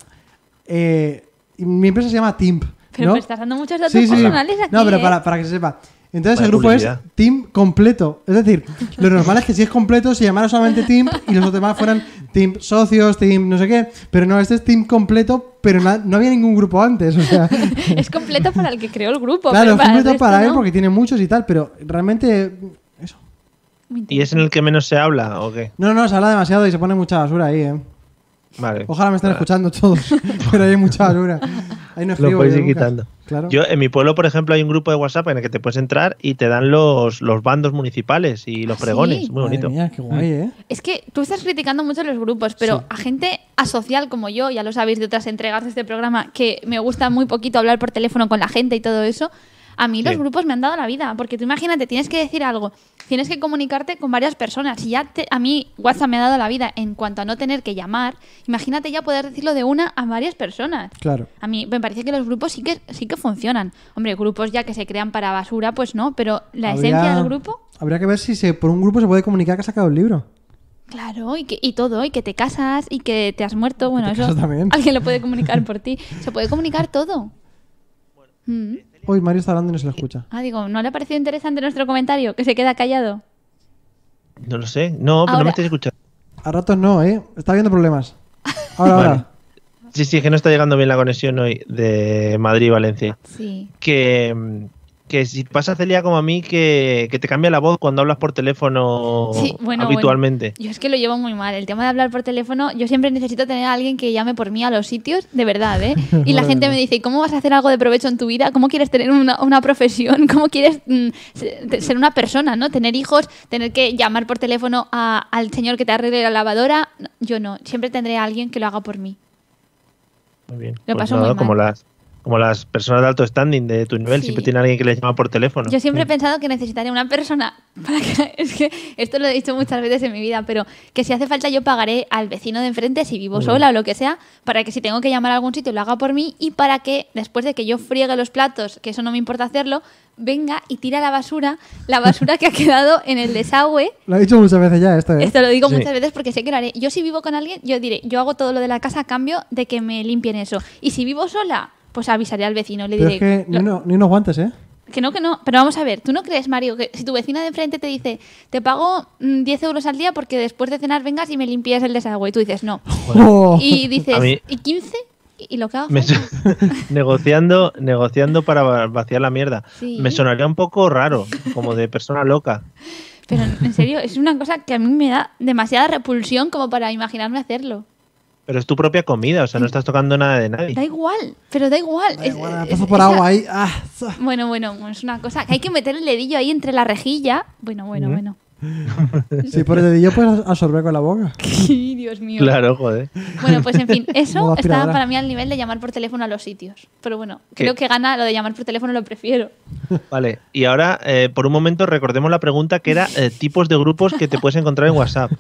eh, y mi empresa se llama Timp. Pero ¿no? me estás dando muchos datos Sí, sí. personales aquí. No, pero ¿eh? para, para que se sepa. Entonces Vaya el grupo publicidad. es Team completo. Es decir, lo normal es que si es completo se llamara solamente Team y los demás fueran Team socios, Team no sé qué. Pero no, este es Team completo, pero na- no había ningún grupo antes. O sea, Es completo para el que creó el grupo. claro, es pero para el completo resto para él no. porque tiene muchos y tal, pero realmente... Eso. Muy ¿Y es en el que menos se habla o qué? No, no, se habla demasiado y se pone mucha basura ahí, ¿eh? Vale. Ojalá me estén escuchando todos, pero ahí hay mucha basura. Ahí no escribo Ah. Lo podéis yo ir nunca. quitando. Claro. Yo, en mi pueblo, por ejemplo, hay un grupo de WhatsApp en el que te puedes entrar y te dan los, los bandos municipales y los ¿Ah, sí? pregones. Madre Muy bonito. Mm. mía, qué guay, ¿eh? Es que tú estás criticando mucho los grupos, pero a gente asocial como yo, ya lo sabéis de otras entregas de este programa, que me gusta muy poquito hablar por teléfono con la gente y todo eso, a mí los Sí. grupos me han dado la vida. Porque tú imagínate, tienes que decir algo, tienes que comunicarte con varias personas. Y ya te- a mí WhatsApp me ha dado la vida en cuanto a no tener que llamar. Imagínate ya poder decirlo de una a varias personas. Claro. A mí me parece que los grupos sí que, sí que funcionan. Hombre, grupos ya que se crean para basura, pues no, pero la esencia Habría- del grupo... Habría que ver si se, por un grupo se puede comunicar que ha sacado el libro. Claro, y, que, y todo, y que te casas y que te has muerto. Bueno, te eso casas también. alguien lo puede comunicar por ti. Se puede comunicar todo. Mm. Hoy Mario está hablando y no se le escucha. Ah, digo, ¿no le ha parecido interesante nuestro comentario? Que se queda callado. No lo sé. No, pero no Ahora- me estáis escuchando. A ratos no, ¿eh? Está habiendo problemas. Ahora, ahora. Sí, sí, es que no está llegando bien la conexión hoy de Madrid-Valencia. Sí. que, mm, que si pasa Celia como a mí, que, que te cambia la voz cuando hablas por teléfono Sí, bueno, habitualmente. Yo es que lo llevo muy mal. El tema de hablar por teléfono, yo siempre necesito tener a alguien que llame por mí a los sitios, de verdad, ¿eh? Y la Madre gente mía. me dice, "¿Y ¿cómo vas a hacer algo de provecho en tu vida? ¿Cómo quieres tener una, una profesión? ¿Cómo quieres mm, se- ser una persona, ¿no? Tener hijos, tener que llamar por teléfono a- al señor que te arregle la lavadora. No, Yo no, siempre tendré a alguien que lo haga por mí. Muy bien. Lo Pues paso nada, muy mal. como las como las personas de alto standing de tu nivel, Sí. siempre tiene alguien que les llama por teléfono. Yo siempre he pensado que necesitaría una persona para que. Es que esto lo he dicho muchas veces en mi vida, pero que si hace falta yo pagaré al vecino de enfrente si vivo sola o lo que sea, para que si tengo que llamar a algún sitio lo haga por mí y para que después de que yo friegue los platos, que eso no me importa hacerlo, venga y tira la basura, la basura que ha quedado en el desagüe. Lo he dicho muchas veces ya esto, ¿eh? Esto lo digo Sí. muchas veces porque sé que lo haré. Yo si vivo con alguien, yo diré, yo hago todo lo de la casa a cambio de que me limpien eso. Y si vivo sola, pues avisaré al vecino, le Pero diré. es que ni, "Lo- uno- ni unos guantes, ¿eh? que no, que no. Pero vamos a ver, ¿tú no crees, Mario, que si tu vecina de enfrente te dice, te pago mm, 10 euros al día porque después de cenar vengas y me limpias el desagüe? Y tú dices, no. Oh. Y dices, A mí- ¿y 15? ¿Y lo que hago? Me su- negociando, negociando para va- vaciar la mierda. Sí. Me sonaría un poco raro, como de persona loca. Pero en serio, es una cosa que a mí me da demasiada repulsión como para imaginarme hacerlo. Pero es tu propia comida, o sea, no estás tocando nada de nadie. Da igual, pero da igual. Da Es- igual, es- paso por esa- agua ahí. Ah, za. Bueno, bueno, es una cosa que hay que meter el dedillo ahí entre la rejilla. Bueno, Mm. bueno, bueno. Sí, por el dedillo puedes absorber con la boca. Ay, Dios mío. Claro, joder. Bueno, pues en fin, Modo eso está aspiradora. para mí al nivel de llamar por teléfono a los sitios. Pero bueno, ¿Qué? creo que gana lo de llamar por teléfono, lo prefiero. Vale, y ahora, eh, por un momento, recordemos la pregunta que era eh, tipos de grupos que te puedes encontrar en WhatsApp.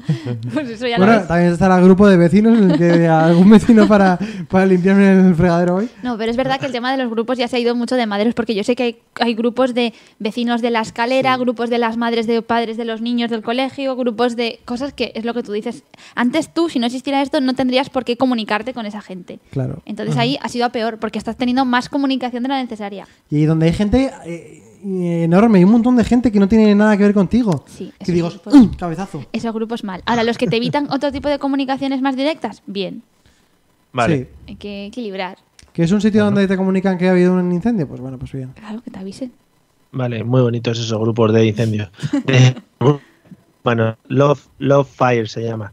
Pues eso ya lo Bueno, ves. también estará el grupo de vecinos en el que algún vecino para, para limpiarme el fregadero hoy. No, pero es verdad que el tema de los grupos ya se ha ido mucho de maderos, porque yo sé que hay, hay grupos de vecinos de la escalera, grupos de las madres de padres de los niños del colegio, grupos de cosas que es lo que tú dices. Antes tú, si no existiera esto, no tendrías por qué comunicarte con esa gente. Claro. Entonces ahí ha sido a peor, porque estás teniendo más comunicación de la necesaria. Y ahí donde hay gente eh, enorme, hay un montón de gente que no tiene nada que ver contigo. Sí, Que eso digo, sí, pues. "Mm, cabezazo. Esos grupos mal. Ahora, los que te evitan otro tipo de comunicaciones más directas, bien. Vale. Sí. Hay que equilibrar. Que es un sitio donde te comunican que ha habido un incendio, pues bueno, pues bien. Claro, que te avisen. Vale, muy bonitos esos grupos de incendios. De- bueno, Love, Love Fire se llama.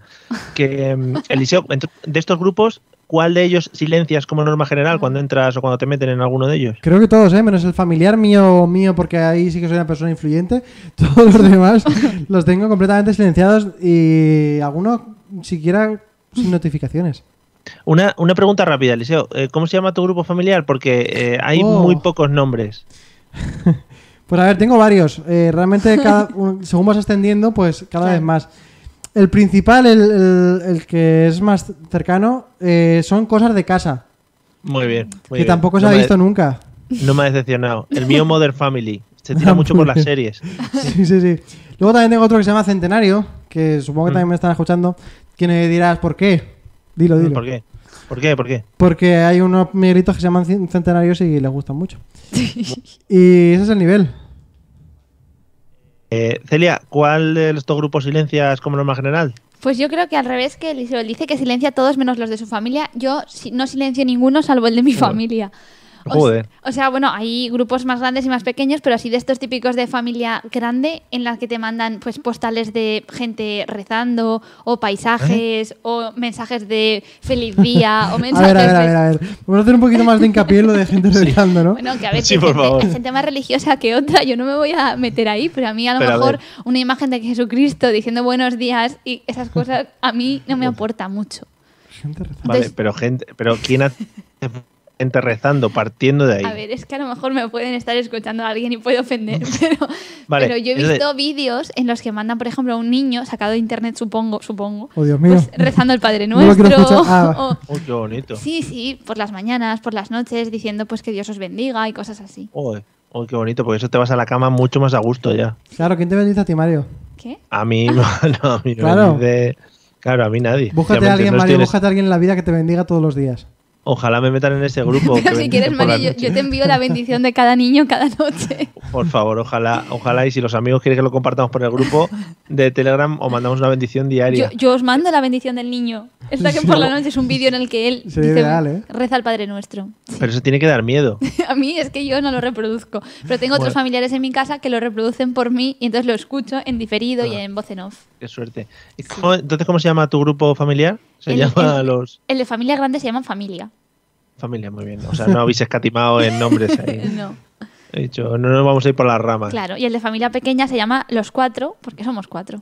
Que, mm, Eliseo, ent- de estos grupos, ¿cuál de ellos silencias como norma general cuando entras o cuando te meten en alguno de ellos? Creo que todos, ¿eh? menos el familiar mío, mío, porque ahí sí que soy una persona influyente. Todos los demás los tengo completamente silenciados y algunos siquiera sin notificaciones. Una, una pregunta rápida, Eliseo. eh, ¿Cómo se llama tu grupo familiar? Porque eh, hay Oh. muy pocos nombres. Pues a ver, tengo varios. Eh, realmente, cada, un- según vas extendiendo, pues cada Claro. vez más. El principal, el, el- el que es más cercano, eh, son cosas de casa, Muy bien. muy que bien. tampoco se No ha me- visto nunca. No me ha decepcionado. El mío Mother Family. Se Ah, tira mucho por las series. Sí, sí, sí. Luego también tengo otro que se llama Mm. Centenario, que supongo que también me están escuchando. Que me dirás, ¿por qué? Ah, Dilo, dilo. Mm, ¿Por qué? ¿Por qué? ¿Por qué? Porque hay unos miguelitos que se llaman cien- centenarios y les gustan mucho. y ese es el nivel. Eh, Celia, ¿cuál de estos grupos silencias como norma general? Pues yo creo que al revés que Elisabel dice que silencia a todos menos los de su familia, yo si- no silencio ninguno salvo el de mi familia. O s- Joder. O, sea, bueno, hay grupos más grandes y más pequeños, pero así de estos típicos de familia grande en las que te mandan pues postales de gente rezando o paisajes o mensajes de feliz día o A mensajes ver, a ver, a de- ver, a ver. Vamos a hacer un poquito más de hincapié en lo de gente rezando, ¿no? Bueno, que a veces Sí, por gente, favor. gente más religiosa que otra, yo no me voy a meter ahí, pero a mí a lo Pero a mejor ver. una imagen de Jesucristo diciendo buenos días y esas cosas a mí no me aporta mucho. Gente rezando. Vale, Entonces- pero gente, pero ¿quién hace gente rezando, partiendo de ahí? A ver, es que a lo mejor me pueden estar escuchando a alguien y puedo ofender, pero, Vale, pero yo he es de- visto vídeos en los que mandan, por ejemplo, a un niño sacado de internet, supongo, supongo, Oh, Dios mío. pues, rezando el Padre No lo quiero Nuestro. escuchar. Ah, o- Uy, qué bonito. sí, sí, por las mañanas, por las noches, diciendo pues que Dios os bendiga y cosas así. Uy, uy, qué bonito, porque eso te vas a la cama mucho más a gusto ya. Claro, ¿quién te bendice a ti, Mario? ¿Qué? A mí no, no, a mí no Claro. me dice- Claro, a mí nadie. Búscate Ya me a alguien, entiendes, Mario, tienes- búscate a alguien en la vida que te bendiga todos los días. Ojalá me metan en ese grupo. que Pero si venden quieres, por Mario, la yo, noche. yo te envío la bendición de cada niño cada noche. Por favor, ojalá, ojalá. Y si los amigos quieren que lo compartamos por el grupo de Telegram o mandamos una bendición Yo, diaria. yo os mando la bendición del niño. Esta que por la noche es un vídeo en el que él Sí, dice, ideal, ¿eh? reza al Padre Nuestro. Pero eso tiene que dar miedo. A mí es que yo no lo reproduzco, pero tengo otros Bueno. familiares en mi casa que lo reproducen por mí y entonces lo escucho en diferido Ah. y en voz en off. Qué suerte. ¿Y cómo- entonces, ¿cómo se llama tu grupo familiar? Se El- llama el- los. El de familia grande se llama familia. Familia, muy bien. O sea, no habéis escatimado en nombres ahí. No, He dicho, no nos vamos a ir por las ramas. claro. Y el de familia pequeña se llama los cuatro, porque somos cuatro.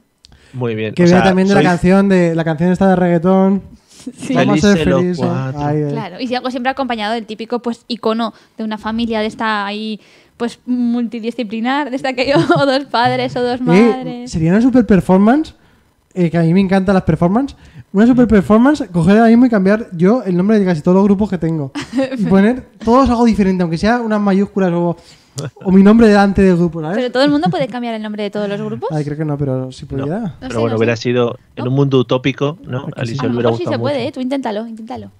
Muy bien. Que o vea sea, también de la sois- canción de la canción esta de reggaetón. Sí. Vale. Vamos a ser Felices los felices. cuatro. Ahí, ahí. Claro. Y si hago siempre acompañado del típico pues icono de una familia de esta ahí pues multidisciplinar, de esta que yo o dos padres o dos Eh, madres. sería una super performance, eh, que a mí me encantan las performances. Una super performance, coger ahora mismo y cambiar yo el nombre de casi todos los grupos que tengo. Y poner todos algo diferente, aunque sea unas mayúsculas o, o mi nombre delante del grupo, Pero ¿sabes? todo el mundo puede cambiar el nombre de todos los grupos. Ay, creo que no, pero si pudiera. No Pero sé, bueno, no hubiera sé. sido en un mundo utópico, ¿no? A A Alicia lo le hubiera mejor sí gustado se puede, mucho. ¿eh? tú inténtalo, inténtalo.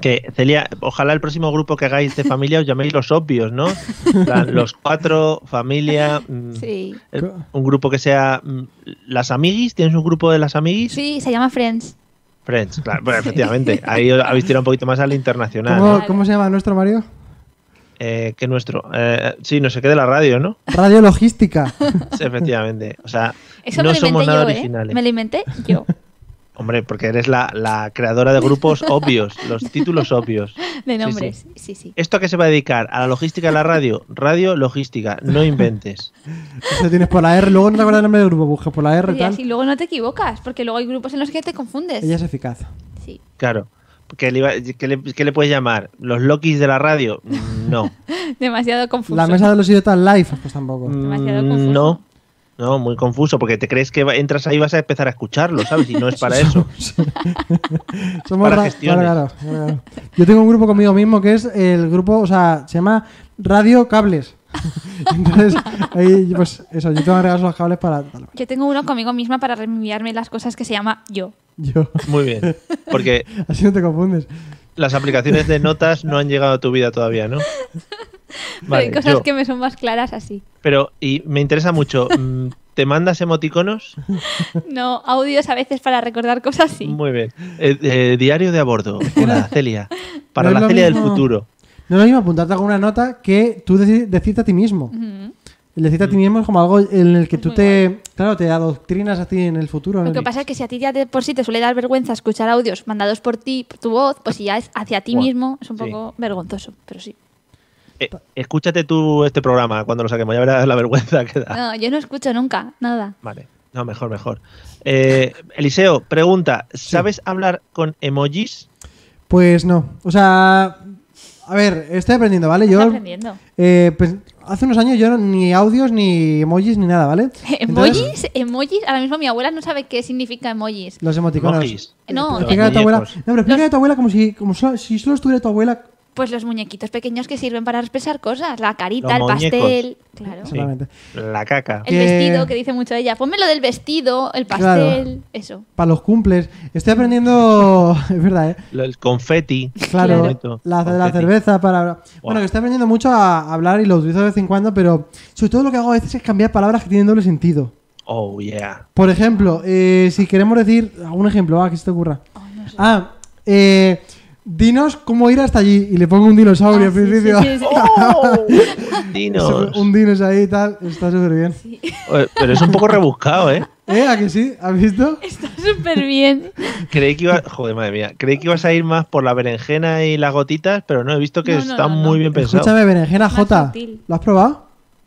Que, Celia, ojalá el próximo grupo que hagáis de familia os llaméis los obvios, ¿no? En plan, los cuatro, familia. mm, Sí. el- Un grupo que sea. mm, Las amiguis, ¿tienes un grupo de las amiguis? Sí, se llama Friends. Friends, claro, bueno, efectivamente. Ahí os habéis tirado un poquito más al internacional. ¿Cómo, ¿no? Claro. cómo se llama nuestro Mario? Eh, que nuestro. Eh, sí, no sé qué de la radio, ¿no? Radio Logística. Sí, efectivamente. O sea, Eso no me lo somos inventé nada yo, originales. ¿eh? Me lo inventé yo. Hombre, porque eres la, la creadora de grupos obvios, los títulos obvios. De Sí, nombres. sí. Sí, sí. ¿Esto a qué se va a dedicar? ¿A la logística de la radio? Radio, logística, no inventes. Eso tienes por la R, luego no te acuerdas el nombre del grupo, buscas por la R Y así tal. luego no te equivocas, porque luego hay grupos en los que te confundes. Ella es eficaz. Sí. Claro. ¿Qué le, iba- qué le- qué le puedes llamar? ¿Los Lokis de la radio? Mm, No. Demasiado confuso. La mesa de los idiotas live, pues tampoco. Demasiado Mm, confuso. No. No, muy confuso, porque te crees que va- entras ahí y vas a empezar a escucharlo, ¿sabes? Y no es para eso. Somos Para ra- gestiones. claro, claro, claro. Yo tengo un grupo conmigo mismo que es el grupo, o sea, se llama Radio Cables. Entonces, ahí, pues eso, yo tengo agregados los cables para. tal, Yo tengo uno conmigo misma para reenviarme las cosas que se llama yo. Yo, Muy bien. Porque así no te confundes. las aplicaciones de notas no han llegado a tu vida todavía, ¿no? Pero hay Vale, cosas yo. que me son más claras así. Pero, y me interesa mucho, mm, ¿te mandas emoticonos? No, audios a veces para recordar cosas sí. Muy bien. Eh, eh, diario de a bordo. Hola, Celia. No Para es la lo Celia del mismo. futuro. No es lo mismo apuntarte a alguna nota que tú deci- decirte a ti mismo. Ujú. El decirte a ti mismo es como algo en el que Es tú muy te. Claro, te adoctrinas a ti en el futuro. ¿no? Lo que pasa es que si a ti ya de por sí te suele dar vergüenza escuchar audios mandados por ti, por tu voz, pues si ya es hacia ti Bueno, mismo, es un sí. poco vergonzoso, pero sí. Eh, escúchate tú este programa cuando lo saquemos. Ya verás la vergüenza que Ah. da. No, yo no escucho nunca, nada. Vale. No, mejor, mejor. Eh, Eliseo, pregunta. ¿Sabes hablar con emojis? Pues no. O sea. A ver, estoy aprendiendo, ¿vale? Yo. Estás aprendiendo. eh, pues, hace unos años yo no- ni audios, ni emojis, ni nada, ¿vale? Entonces- ¿Emojis? ¿Emojis? Ahora mismo mi abuela no sabe qué significa emojis. Los emoticonos. Emojis. No, explícale eh, a tu abuela. No, muñecos. pero explícale a tu abuela como si, como solo- si solo estuviera tu abuela Pues los muñequitos pequeños que sirven para expresar cosas, la carita, Los el muñecos. pastel, claro. Sí. Solamente. La caca. El Que- vestido, que dice mucho ella. Ponme lo del vestido, el Claro. pastel, eso. Para los cumples. Estoy aprendiendo. Es verdad, ¿eh? Lo- El confeti. Claro, Bonito. la, de la Confeti. cerveza para... Bueno, que estoy aprendiendo mucho a hablar y lo utilizo de vez en cuando, pero sobre todo lo que hago a veces es cambiar palabras que tienen doble sentido. Oh, yeah. Por ejemplo, eh, si queremos decir... Algún ejemplo, ah, que se te ocurra. Ah, eh, dinos cómo ir hasta allí y le pongo un dinosaurio al Ah, sí, sí, principio. sí, sí. ¡Oh! Eso, Dinos. Un dinos ahí y tal, está súper bien. Eh, Pero es un poco rebuscado, ¿eh? ¿Eh? ¿A que sí? ¿Has visto? Está súper bien. Creí que iba, joder, madre mía, creí que ibas a ir más por la berenjena y las gotitas, pero no he visto que No, no, está no, no. muy bien pensado. Escúchame, berenjena Más J. sutil. ¿Lo has probado?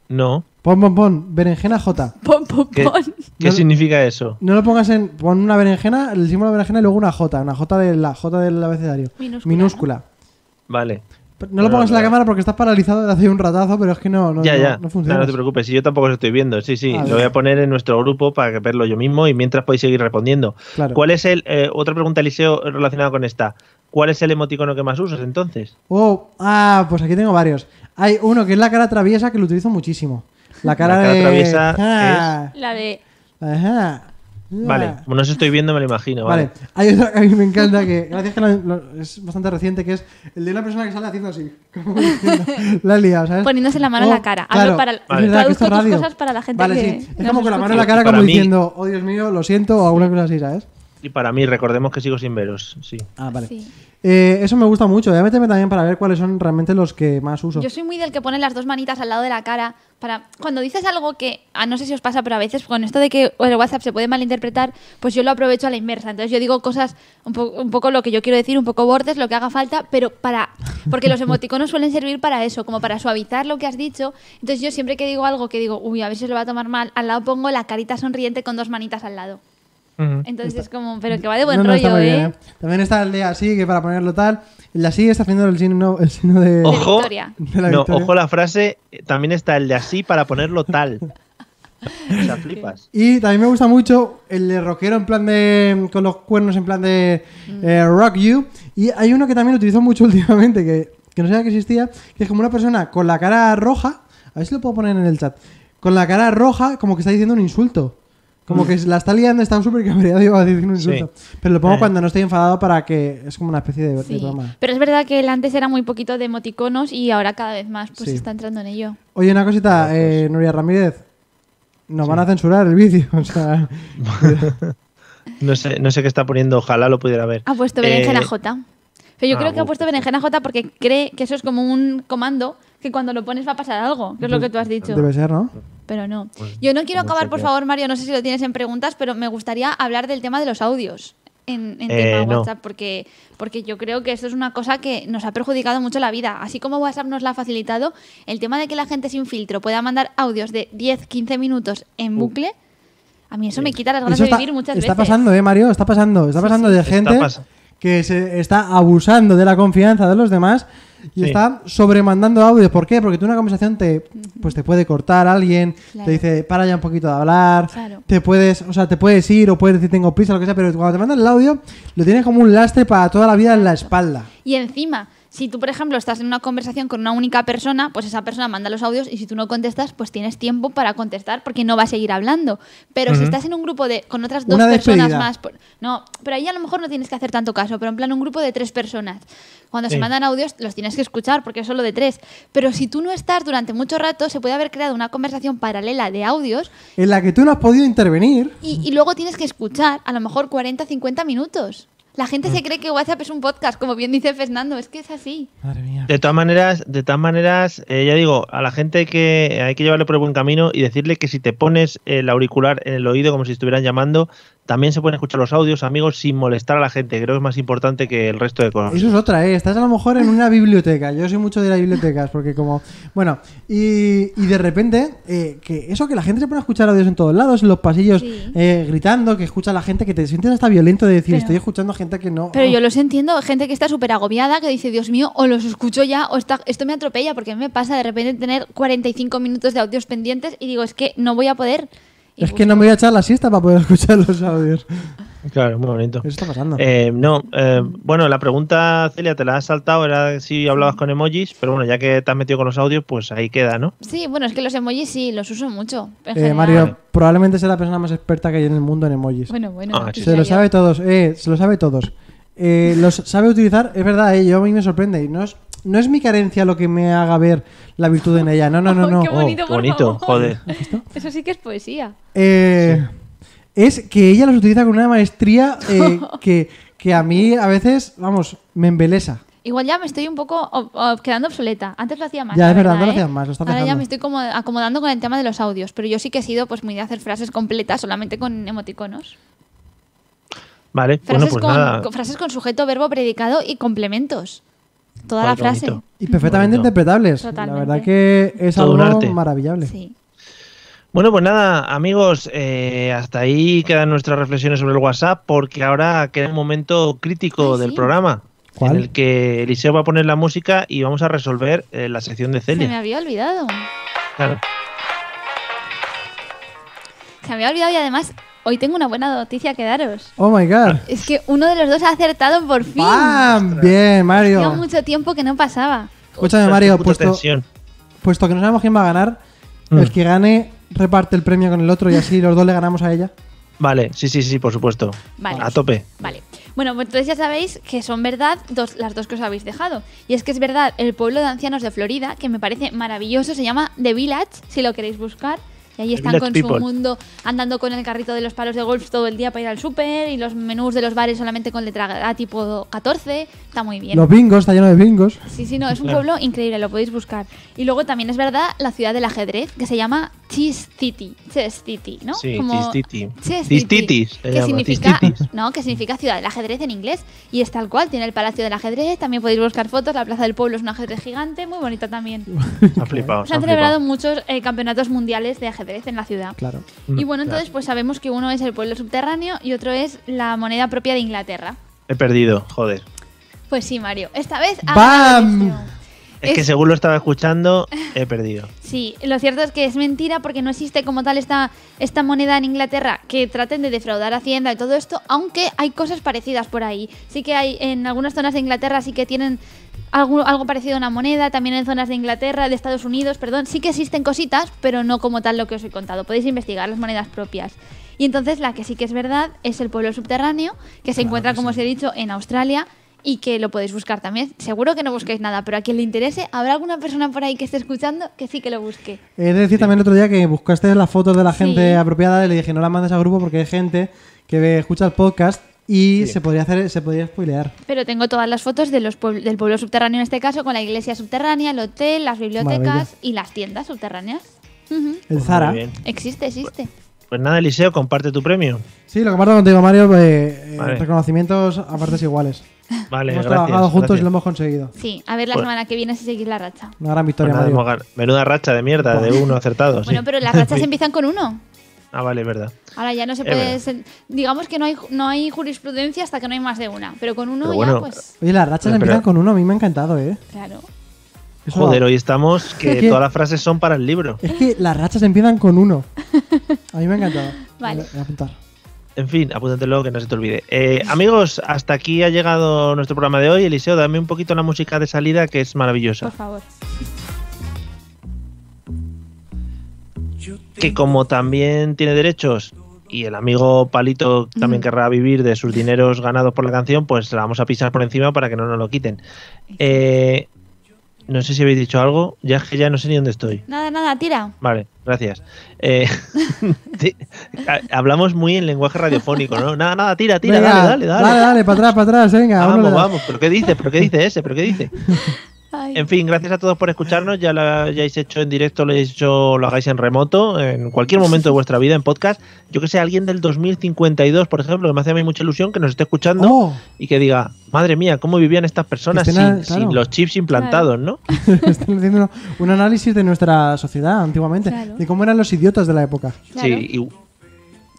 No, Pon, pon, pon. Berenjena J. Pon, pon, ¿qué, pon. qué No- significa eso? No lo pongas en. Pon una berenjena, el símbolo de berenjena y luego una J, una J de la J del abecedario. Minúscula, Vale, Pero No lo pongas en la Vale. cámara porque estás paralizado desde hace un ratazo, pero es que no, no, ya, no- ya, no no, funciona. no te preocupes, si yo tampoco lo estoy viendo, sí, sí, A ver. lo voy a poner en nuestro grupo para que verlo yo mismo y mientras podéis seguir respondiendo. Claro. ¿Cuál es el, eh, otra pregunta, Eliseo, relacionada con esta? ¿Cuál es el emoticono que más usas entonces? Oh, ah, pues aquí tengo varios. Hay uno que es la cara traviesa que lo utilizo muchísimo. La cara, La cara de. traviesa Ah, La de. la de- ah, Vale, ah. como no os estoy viendo, me lo imagino, vale. Vale, hay otra que a mí me encanta que, gracias que lo- lo- es bastante reciente, que es el de una persona que sale haciendo así. como diciendo, la he liado, ¿sabes? Poniéndose la mano en la cara. Hablo para- es Vale. verdad que esto es traduzco tus radio. cosas para la gente Vale, que sí. Es nos como con la mano en la escucha. cara, Para como mí- diciendo, oh Dios mío, lo siento, o alguna cosa así, ¿sabes? Y para mí, recordemos que sigo sin veros, sí. Ah, vale. Sí. Eh, eso me gusta mucho. Voy a meterme también para ver cuáles son realmente los que más uso. Yo soy muy del que pone las dos manitas al lado de la cara para cuando dices algo que ah, no sé si os pasa, pero a veces con esto de que el WhatsApp se puede malinterpretar, pues yo lo aprovecho a la inversa. Entonces yo digo cosas un, po- un poco lo que yo quiero decir, un poco bordes, lo que haga falta, pero para porque los emoticonos suelen servir para eso, como para suavizar lo que has dicho. Entonces yo siempre que digo algo que digo, uy, a ver si se lo va a tomar mal, al lado pongo la carita sonriente con dos manitas al lado. Entonces es como, pero que va de buen No, no, está rollo, muy ¿eh? bien, ¿eh? También está el de así, que para ponerlo tal. El de así está haciendo el signo, el signo de, De Ojo. Victoria. de la no, victoria. ojo la frase, eh, también está el de así para ponerlo tal. O sea, flipas. Y también me gusta mucho el de rockero en plan de. con los cuernos en plan de. Mm. eh, rock you. Y hay uno que también lo utilizo mucho últimamente, que, que no sabía que existía, que es como una persona con la cara roja. A ver si lo puedo poner en el chat. Con la cara roja, como que está diciendo un insulto. Como que la está liando, está súper cabreado y va a decir un Mm. Sí. insulto. Pero lo pongo Eh. cuando no estoy enfadado para que. Es como una especie de, de Sí, broma. pero es verdad que él antes era muy poquito de emoticonos y ahora cada vez más pues Sí. está entrando en ello. Oye, una cosita, eh, Nuria Ramírez. Nos van a censurar el vídeo. O sea, No sé, no sé qué está poniendo, ojalá lo pudiera ver. Ha puesto Eh, berenjena J. Pero yo ah, creo que ha bu- puesto berenjena J porque cree que eso es como un comando que cuando lo pones va a pasar algo, que es lo que tú has dicho. debe ser, ¿no? Pero no. Yo no quiero Pues, no acabar, sé por qué. favor, Mario, no sé si lo tienes en preguntas, pero me gustaría hablar del tema de los audios en, en Eh, tema no. WhatsApp, porque, porque yo creo que esto es una cosa que nos ha perjudicado mucho la vida. Así como WhatsApp nos la ha facilitado, el tema de que la gente sin filtro pueda mandar audios de 10, 15 minutos en bucle, a mí eso Eh, me quita las ganas Eso de vivir muchas está veces. pasando, ¿eh, Mario? Está pasando. Está pasando de Está gente pas- que se está abusando de la confianza de los demás y Sí. está sobremandando audio. ¿Por qué? Porque tú en una conversación te, pues te puede cortar alguien, Claro. te dice, para ya un poquito de hablar, Claro. te puedes, o sea, te puedes ir o puedes decir tengo prisa, lo que sea, pero cuando te mandan el audio lo tienes como un lastre para toda la vida en la espalda. Y encima, si tú, por ejemplo, estás en una conversación con una única persona, pues esa persona manda los audios y si tú no contestas, pues tienes tiempo para contestar porque no va a seguir hablando. Pero si estás en un grupo de con otras dos Una personas despedida. más, por- no, pero ahí a lo mejor no tienes que hacer tanto caso, pero en plan un grupo de tres personas. Cuando se Sí. mandan audios los tienes que escuchar porque es solo de tres. Pero si tú no estás durante mucho rato, se puede haber creado una conversación paralela de audios En la que tú no has podido intervenir. y, y luego tienes que escuchar a lo mejor 40, 50 minutos. La gente Mm. se cree que WhatsApp es un podcast, como bien dice Fernando, es que es así. Madre mía. De todas maneras, de todas maneras, eh, ya digo, a la gente hay que hay que llevarle por el buen camino y decirle que si te pones el auricular en el oído como si estuvieran llamando, también se pueden escuchar los audios, amigos, sin molestar a la gente. Creo que es más importante que el resto de cosas. Eso es otra, ¿eh? Estás a lo mejor en una biblioteca. Yo soy mucho de ir a bibliotecas porque como... Bueno, y, y de repente, eh, que eso que la gente se pone a escuchar audios en todos lados, en los pasillos, Sí. eh, gritando, que escucha a la gente, que te sientes hasta violento de decir, Pero- estoy escuchando a gente que no... Pero yo los entiendo, gente que está súper agobiada, que dice, Dios mío, o los escucho ya, o está, esto me atropella, porque a mí me pasa de repente tener 45 minutos de audios pendientes y digo, es que no voy a poder. Y Es que busco- no me voy a echar la siesta para poder escuchar los audios. Claro, muy bonito. Eso está pasando. Eh, no, eh, bueno, la pregunta, Celia, te la has saltado, era si hablabas con emojis, pero bueno, ya que te has metido con los audios, pues ahí queda, ¿no? Sí, bueno, es que los emojis sí, los uso mucho. en Eh, general. Mario, probablemente sea la persona más experta que hay en el mundo en emojis. Bueno, bueno. Ah, sí. en se lo serio. sabe todos, eh, se lo sabe todos. Eh, los sabe utilizar, es verdad, eh, yo a mí me sorprende. Y no es, no es mi carencia lo que me haga ver la virtud en ella. No, no, no, Ay, no. qué bonito, qué por Oh, bonito, favor. joder. Eso sí que es poesía. Eh, Es que ella los utiliza con una maestría eh, que, que a mí a veces, vamos, me embelesa. Igual ya me estoy un poco ob- ob- quedando obsoleta. Antes lo hacía más. Ya, la es verdad, antes lo ¿eh? hacías más, lo estás Ahora ya dejando. me estoy como acomodando con el tema de los audios, pero yo sí que he sido pues muy de hacer frases completas solamente con emoticonos. Vale, Frases, bueno, pues con, nada. con- frases con sujeto, verbo, predicado y complementos. Toda la Joder, qué frase. bonito. Y perfectamente Bonito. interpretables. Totalmente. La verdad que es Todo un algo arte. maravillable. Sí. Bueno, pues nada, amigos, eh, hasta ahí quedan nuestras reflexiones sobre el WhatsApp, porque ahora queda un momento crítico Ay, del sí. programa. ¿Cuál? En el que Eliseo va a poner la música y vamos a resolver eh, la sección de Se me Celia. había olvidado. Claro. Se me había olvidado y además hoy tengo una buena noticia que daros. Oh my god. Es que uno de los dos ha acertado por fin. ¡Bam! Bien, Hacía Mario. mucho tiempo que no pasaba. Escúchame, Qué Mario, puta puesto, tensión. puesto que no sabemos quién va a ganar, Mm. el que gane reparte el premio con el otro y así los dos le ganamos a ella. Vale, sí, sí, sí, por supuesto. Vale. A tope. Vale. Bueno, pues entonces ya sabéis que son verdad dos, las dos que os habéis dejado. Y es que es verdad, el pueblo de ancianos de Florida, que me parece maravilloso, se llama The Village, si lo queréis buscar. Y ahí están Village con People. su mundo andando con el carrito de los palos de golf todo el día para ir al súper y los menús de los bares solamente con letra A tipo 14. Está muy bien. Los bingos, está lleno de bingos. Sí, sí, no, es un pueblo increíble, lo podéis buscar. Y luego también es verdad la ciudad del ajedrez, que se llama Cheese City, Chess City, ¿no? Sí, Como- Tistiti. Chess Tistitis, se que llama, significa, tistitis. no, que significa ciudad del ajedrez en inglés. Y es tal cual, tiene el Palacio del Ajedrez, también podéis buscar fotos, la Plaza del Pueblo es un ajedrez gigante, muy bonita también. Se han flipado. Se han celebrado muchos eh, campeonatos mundiales de ajedrez en la ciudad. Claro. Y bueno, entonces pues sabemos que uno es el pueblo subterráneo y otro es la moneda propia de Inglaterra. He perdido, joder. Pues sí, Mario, esta vez... ha ¡Bam! ganado el Liceo. Es, que según lo estaba escuchando, he perdido. Sí, lo cierto es que es mentira porque no existe como tal esta, esta moneda en Inglaterra que traten de defraudar a Hacienda y todo esto, aunque hay cosas parecidas por ahí. Sí que hay en algunas zonas de Inglaterra sí que tienen algo, algo parecido a una moneda, también en zonas de Inglaterra, de Estados Unidos, perdón, sí que existen cositas, pero no como tal lo que os he contado. Podéis investigar las monedas propias. Y entonces la que sí que es verdad es el pueblo subterráneo, que se encuentra, como os he dicho, en Australia y que lo podéis buscar también. Seguro que no busquéis nada, pero a quien le interese, habrá alguna persona por ahí que esté escuchando que sí que lo busque. He de decir también el otro día que buscaste las fotos de la Sí. gente apropiada y le dije no las mandes al grupo porque hay gente que ve- escucha el podcast y se podría hacer, se podría spoilear. Pero tengo todas las fotos de los puebl- del pueblo subterráneo en este caso, con la iglesia subterránea, el hotel, las bibliotecas Maravilla. y las tiendas subterráneas. Ujú. El Zara. Pues Muy bien. Existe, existe. Pues nada, Eliseo, comparte tu premio. Sí, lo comparto contigo, Mario. eh, eh, Vale. Reconocimientos a partes iguales. Vale, hemos gracias. trabajado juntos gracias. y lo hemos conseguido. Sí, a ver la Bueno. semana que viene si seguís la racha. Una gran Pues victoria, nada, Mario. hemos gan- Menuda racha de mierda, de uno acertado. pues sí. Bueno, pero las rachas empiezan con uno. Ah, vale, es verdad. Ahora ya no se Es puede... verdad. sen- Digamos que no hay, ju- no hay jurisprudencia hasta que no hay más de una. Pero con uno Pero ya, bueno, pues... Oye, las rachas Espera. empiezan con uno, a mí me ha encantado, ¿eh? Claro. Eso- Joder, hoy estamos que Es que- todas las frases son para el libro. Es que las rachas empiezan con uno. A mí me ha encantado. Vale. Voy a apuntar. En fin, apúntatelo que no se te olvide. Eh, amigos, hasta aquí ha llegado nuestro programa de hoy. Eliseo, dame un poquito la música de salida que es maravillosa. Por Ah, favor. que como también tiene derechos y el amigo Palito Mm. también querrá vivir de sus dineros ganados por la canción, pues la vamos a pisar por encima para que no nos lo quiten. Eh, no sé si habéis dicho algo, ya es que ya no sé ni dónde estoy. Nada, nada, tira. Vale, gracias. Eh, ti- ha- hablamos muy en lenguaje radiofónico, ¿no? Nada, nada, tira, tira, Venga, dale, dale, dale. Dale, dale, para atrás, para atrás, venga. uno Vamos, le da. vamos, pero ¿qué dice? ¿Pero qué dice ese? ¿Pero qué dice? Ay. En fin, gracias a todos por escucharnos. Ya lo hayáis hecho en directo, lo hayáis hecho, lo hagáis en remoto, en cualquier momento de vuestra vida, en podcast. Yo que sé, alguien del 2052, por ejemplo, que me hace a mí mucha ilusión, que nos esté escuchando Oh, y que diga, madre mía, cómo vivían estas personas Que sin, estén a- claro. sin los chips implantados, ¿no? están haciendo uno- un análisis de nuestra sociedad antiguamente, Claro. de cómo eran los idiotas de la época. Claro. Sí, y-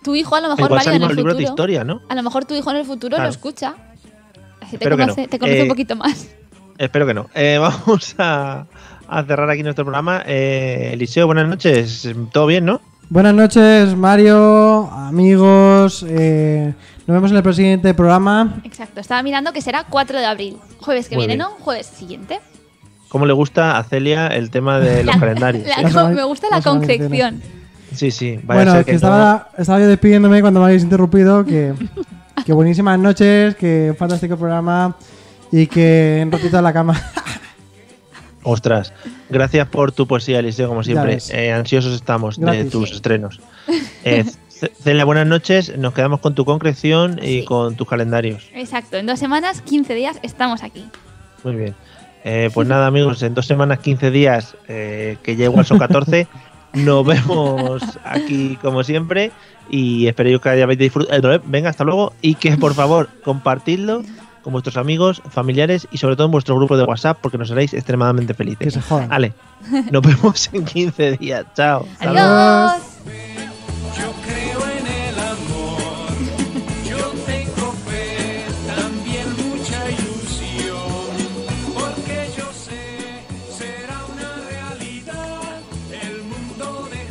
Tu hijo a lo mejor igual Mario, en salimos el libros de futuro. historia, ¿no? A lo mejor tu hijo en el futuro Claro. lo escucha. Así te Espero que conoce, no. te conoce Eh, un poquito más. Espero que no. Eh, vamos a, a cerrar aquí nuestro programa. Eh, Eliseo, buenas noches. Todo bien, ¿no? Buenas noches, Mario, amigos. eh, nos vemos en el siguiente programa. Exacto, estaba mirando que será 4 de abril. Jueves que Muy viene, bien. ¿no? Jueves siguiente. ¿Cómo le gusta a Celia el tema de los La- calendarios? la eh? con- semana- me gusta la la semana que viene. concreción. Sí, sí. Vaya a bueno, ser que, no- estaba, estaba yo despidiéndome cuando me habéis interrumpido. Que, que buenísimas noches, que fantástico programa y que en ratito a la cama. Ostras, gracias por tu poesía, Eliseo, como Ya siempre. ves. Eh, ansiosos estamos de Gratis. tus estrenos. Eh, Ce- Celia, buenas noches. Nos quedamos con tu concreción y Sí. con tus calendarios. Exacto, en dos semanas, 15 días, estamos aquí. Muy bien. Eh, pues nada, amigos, en dos semanas, 15 días, eh, que ya igual son 14, nos vemos aquí como siempre y espero que hayáis disfrutado. Eh, venga, hasta luego y que por favor compartidlo con vuestros amigos, familiares y sobre todo en vuestro grupo de WhatsApp porque nos haréis extremadamente Que felices. se jodan. Ale, nos vemos en 15 días. Chao. Hasta luego. Adiós. Yo creo en el amor, yo tengo fe, también mucha ilusión, porque yo sé, será una realidad, el mundo de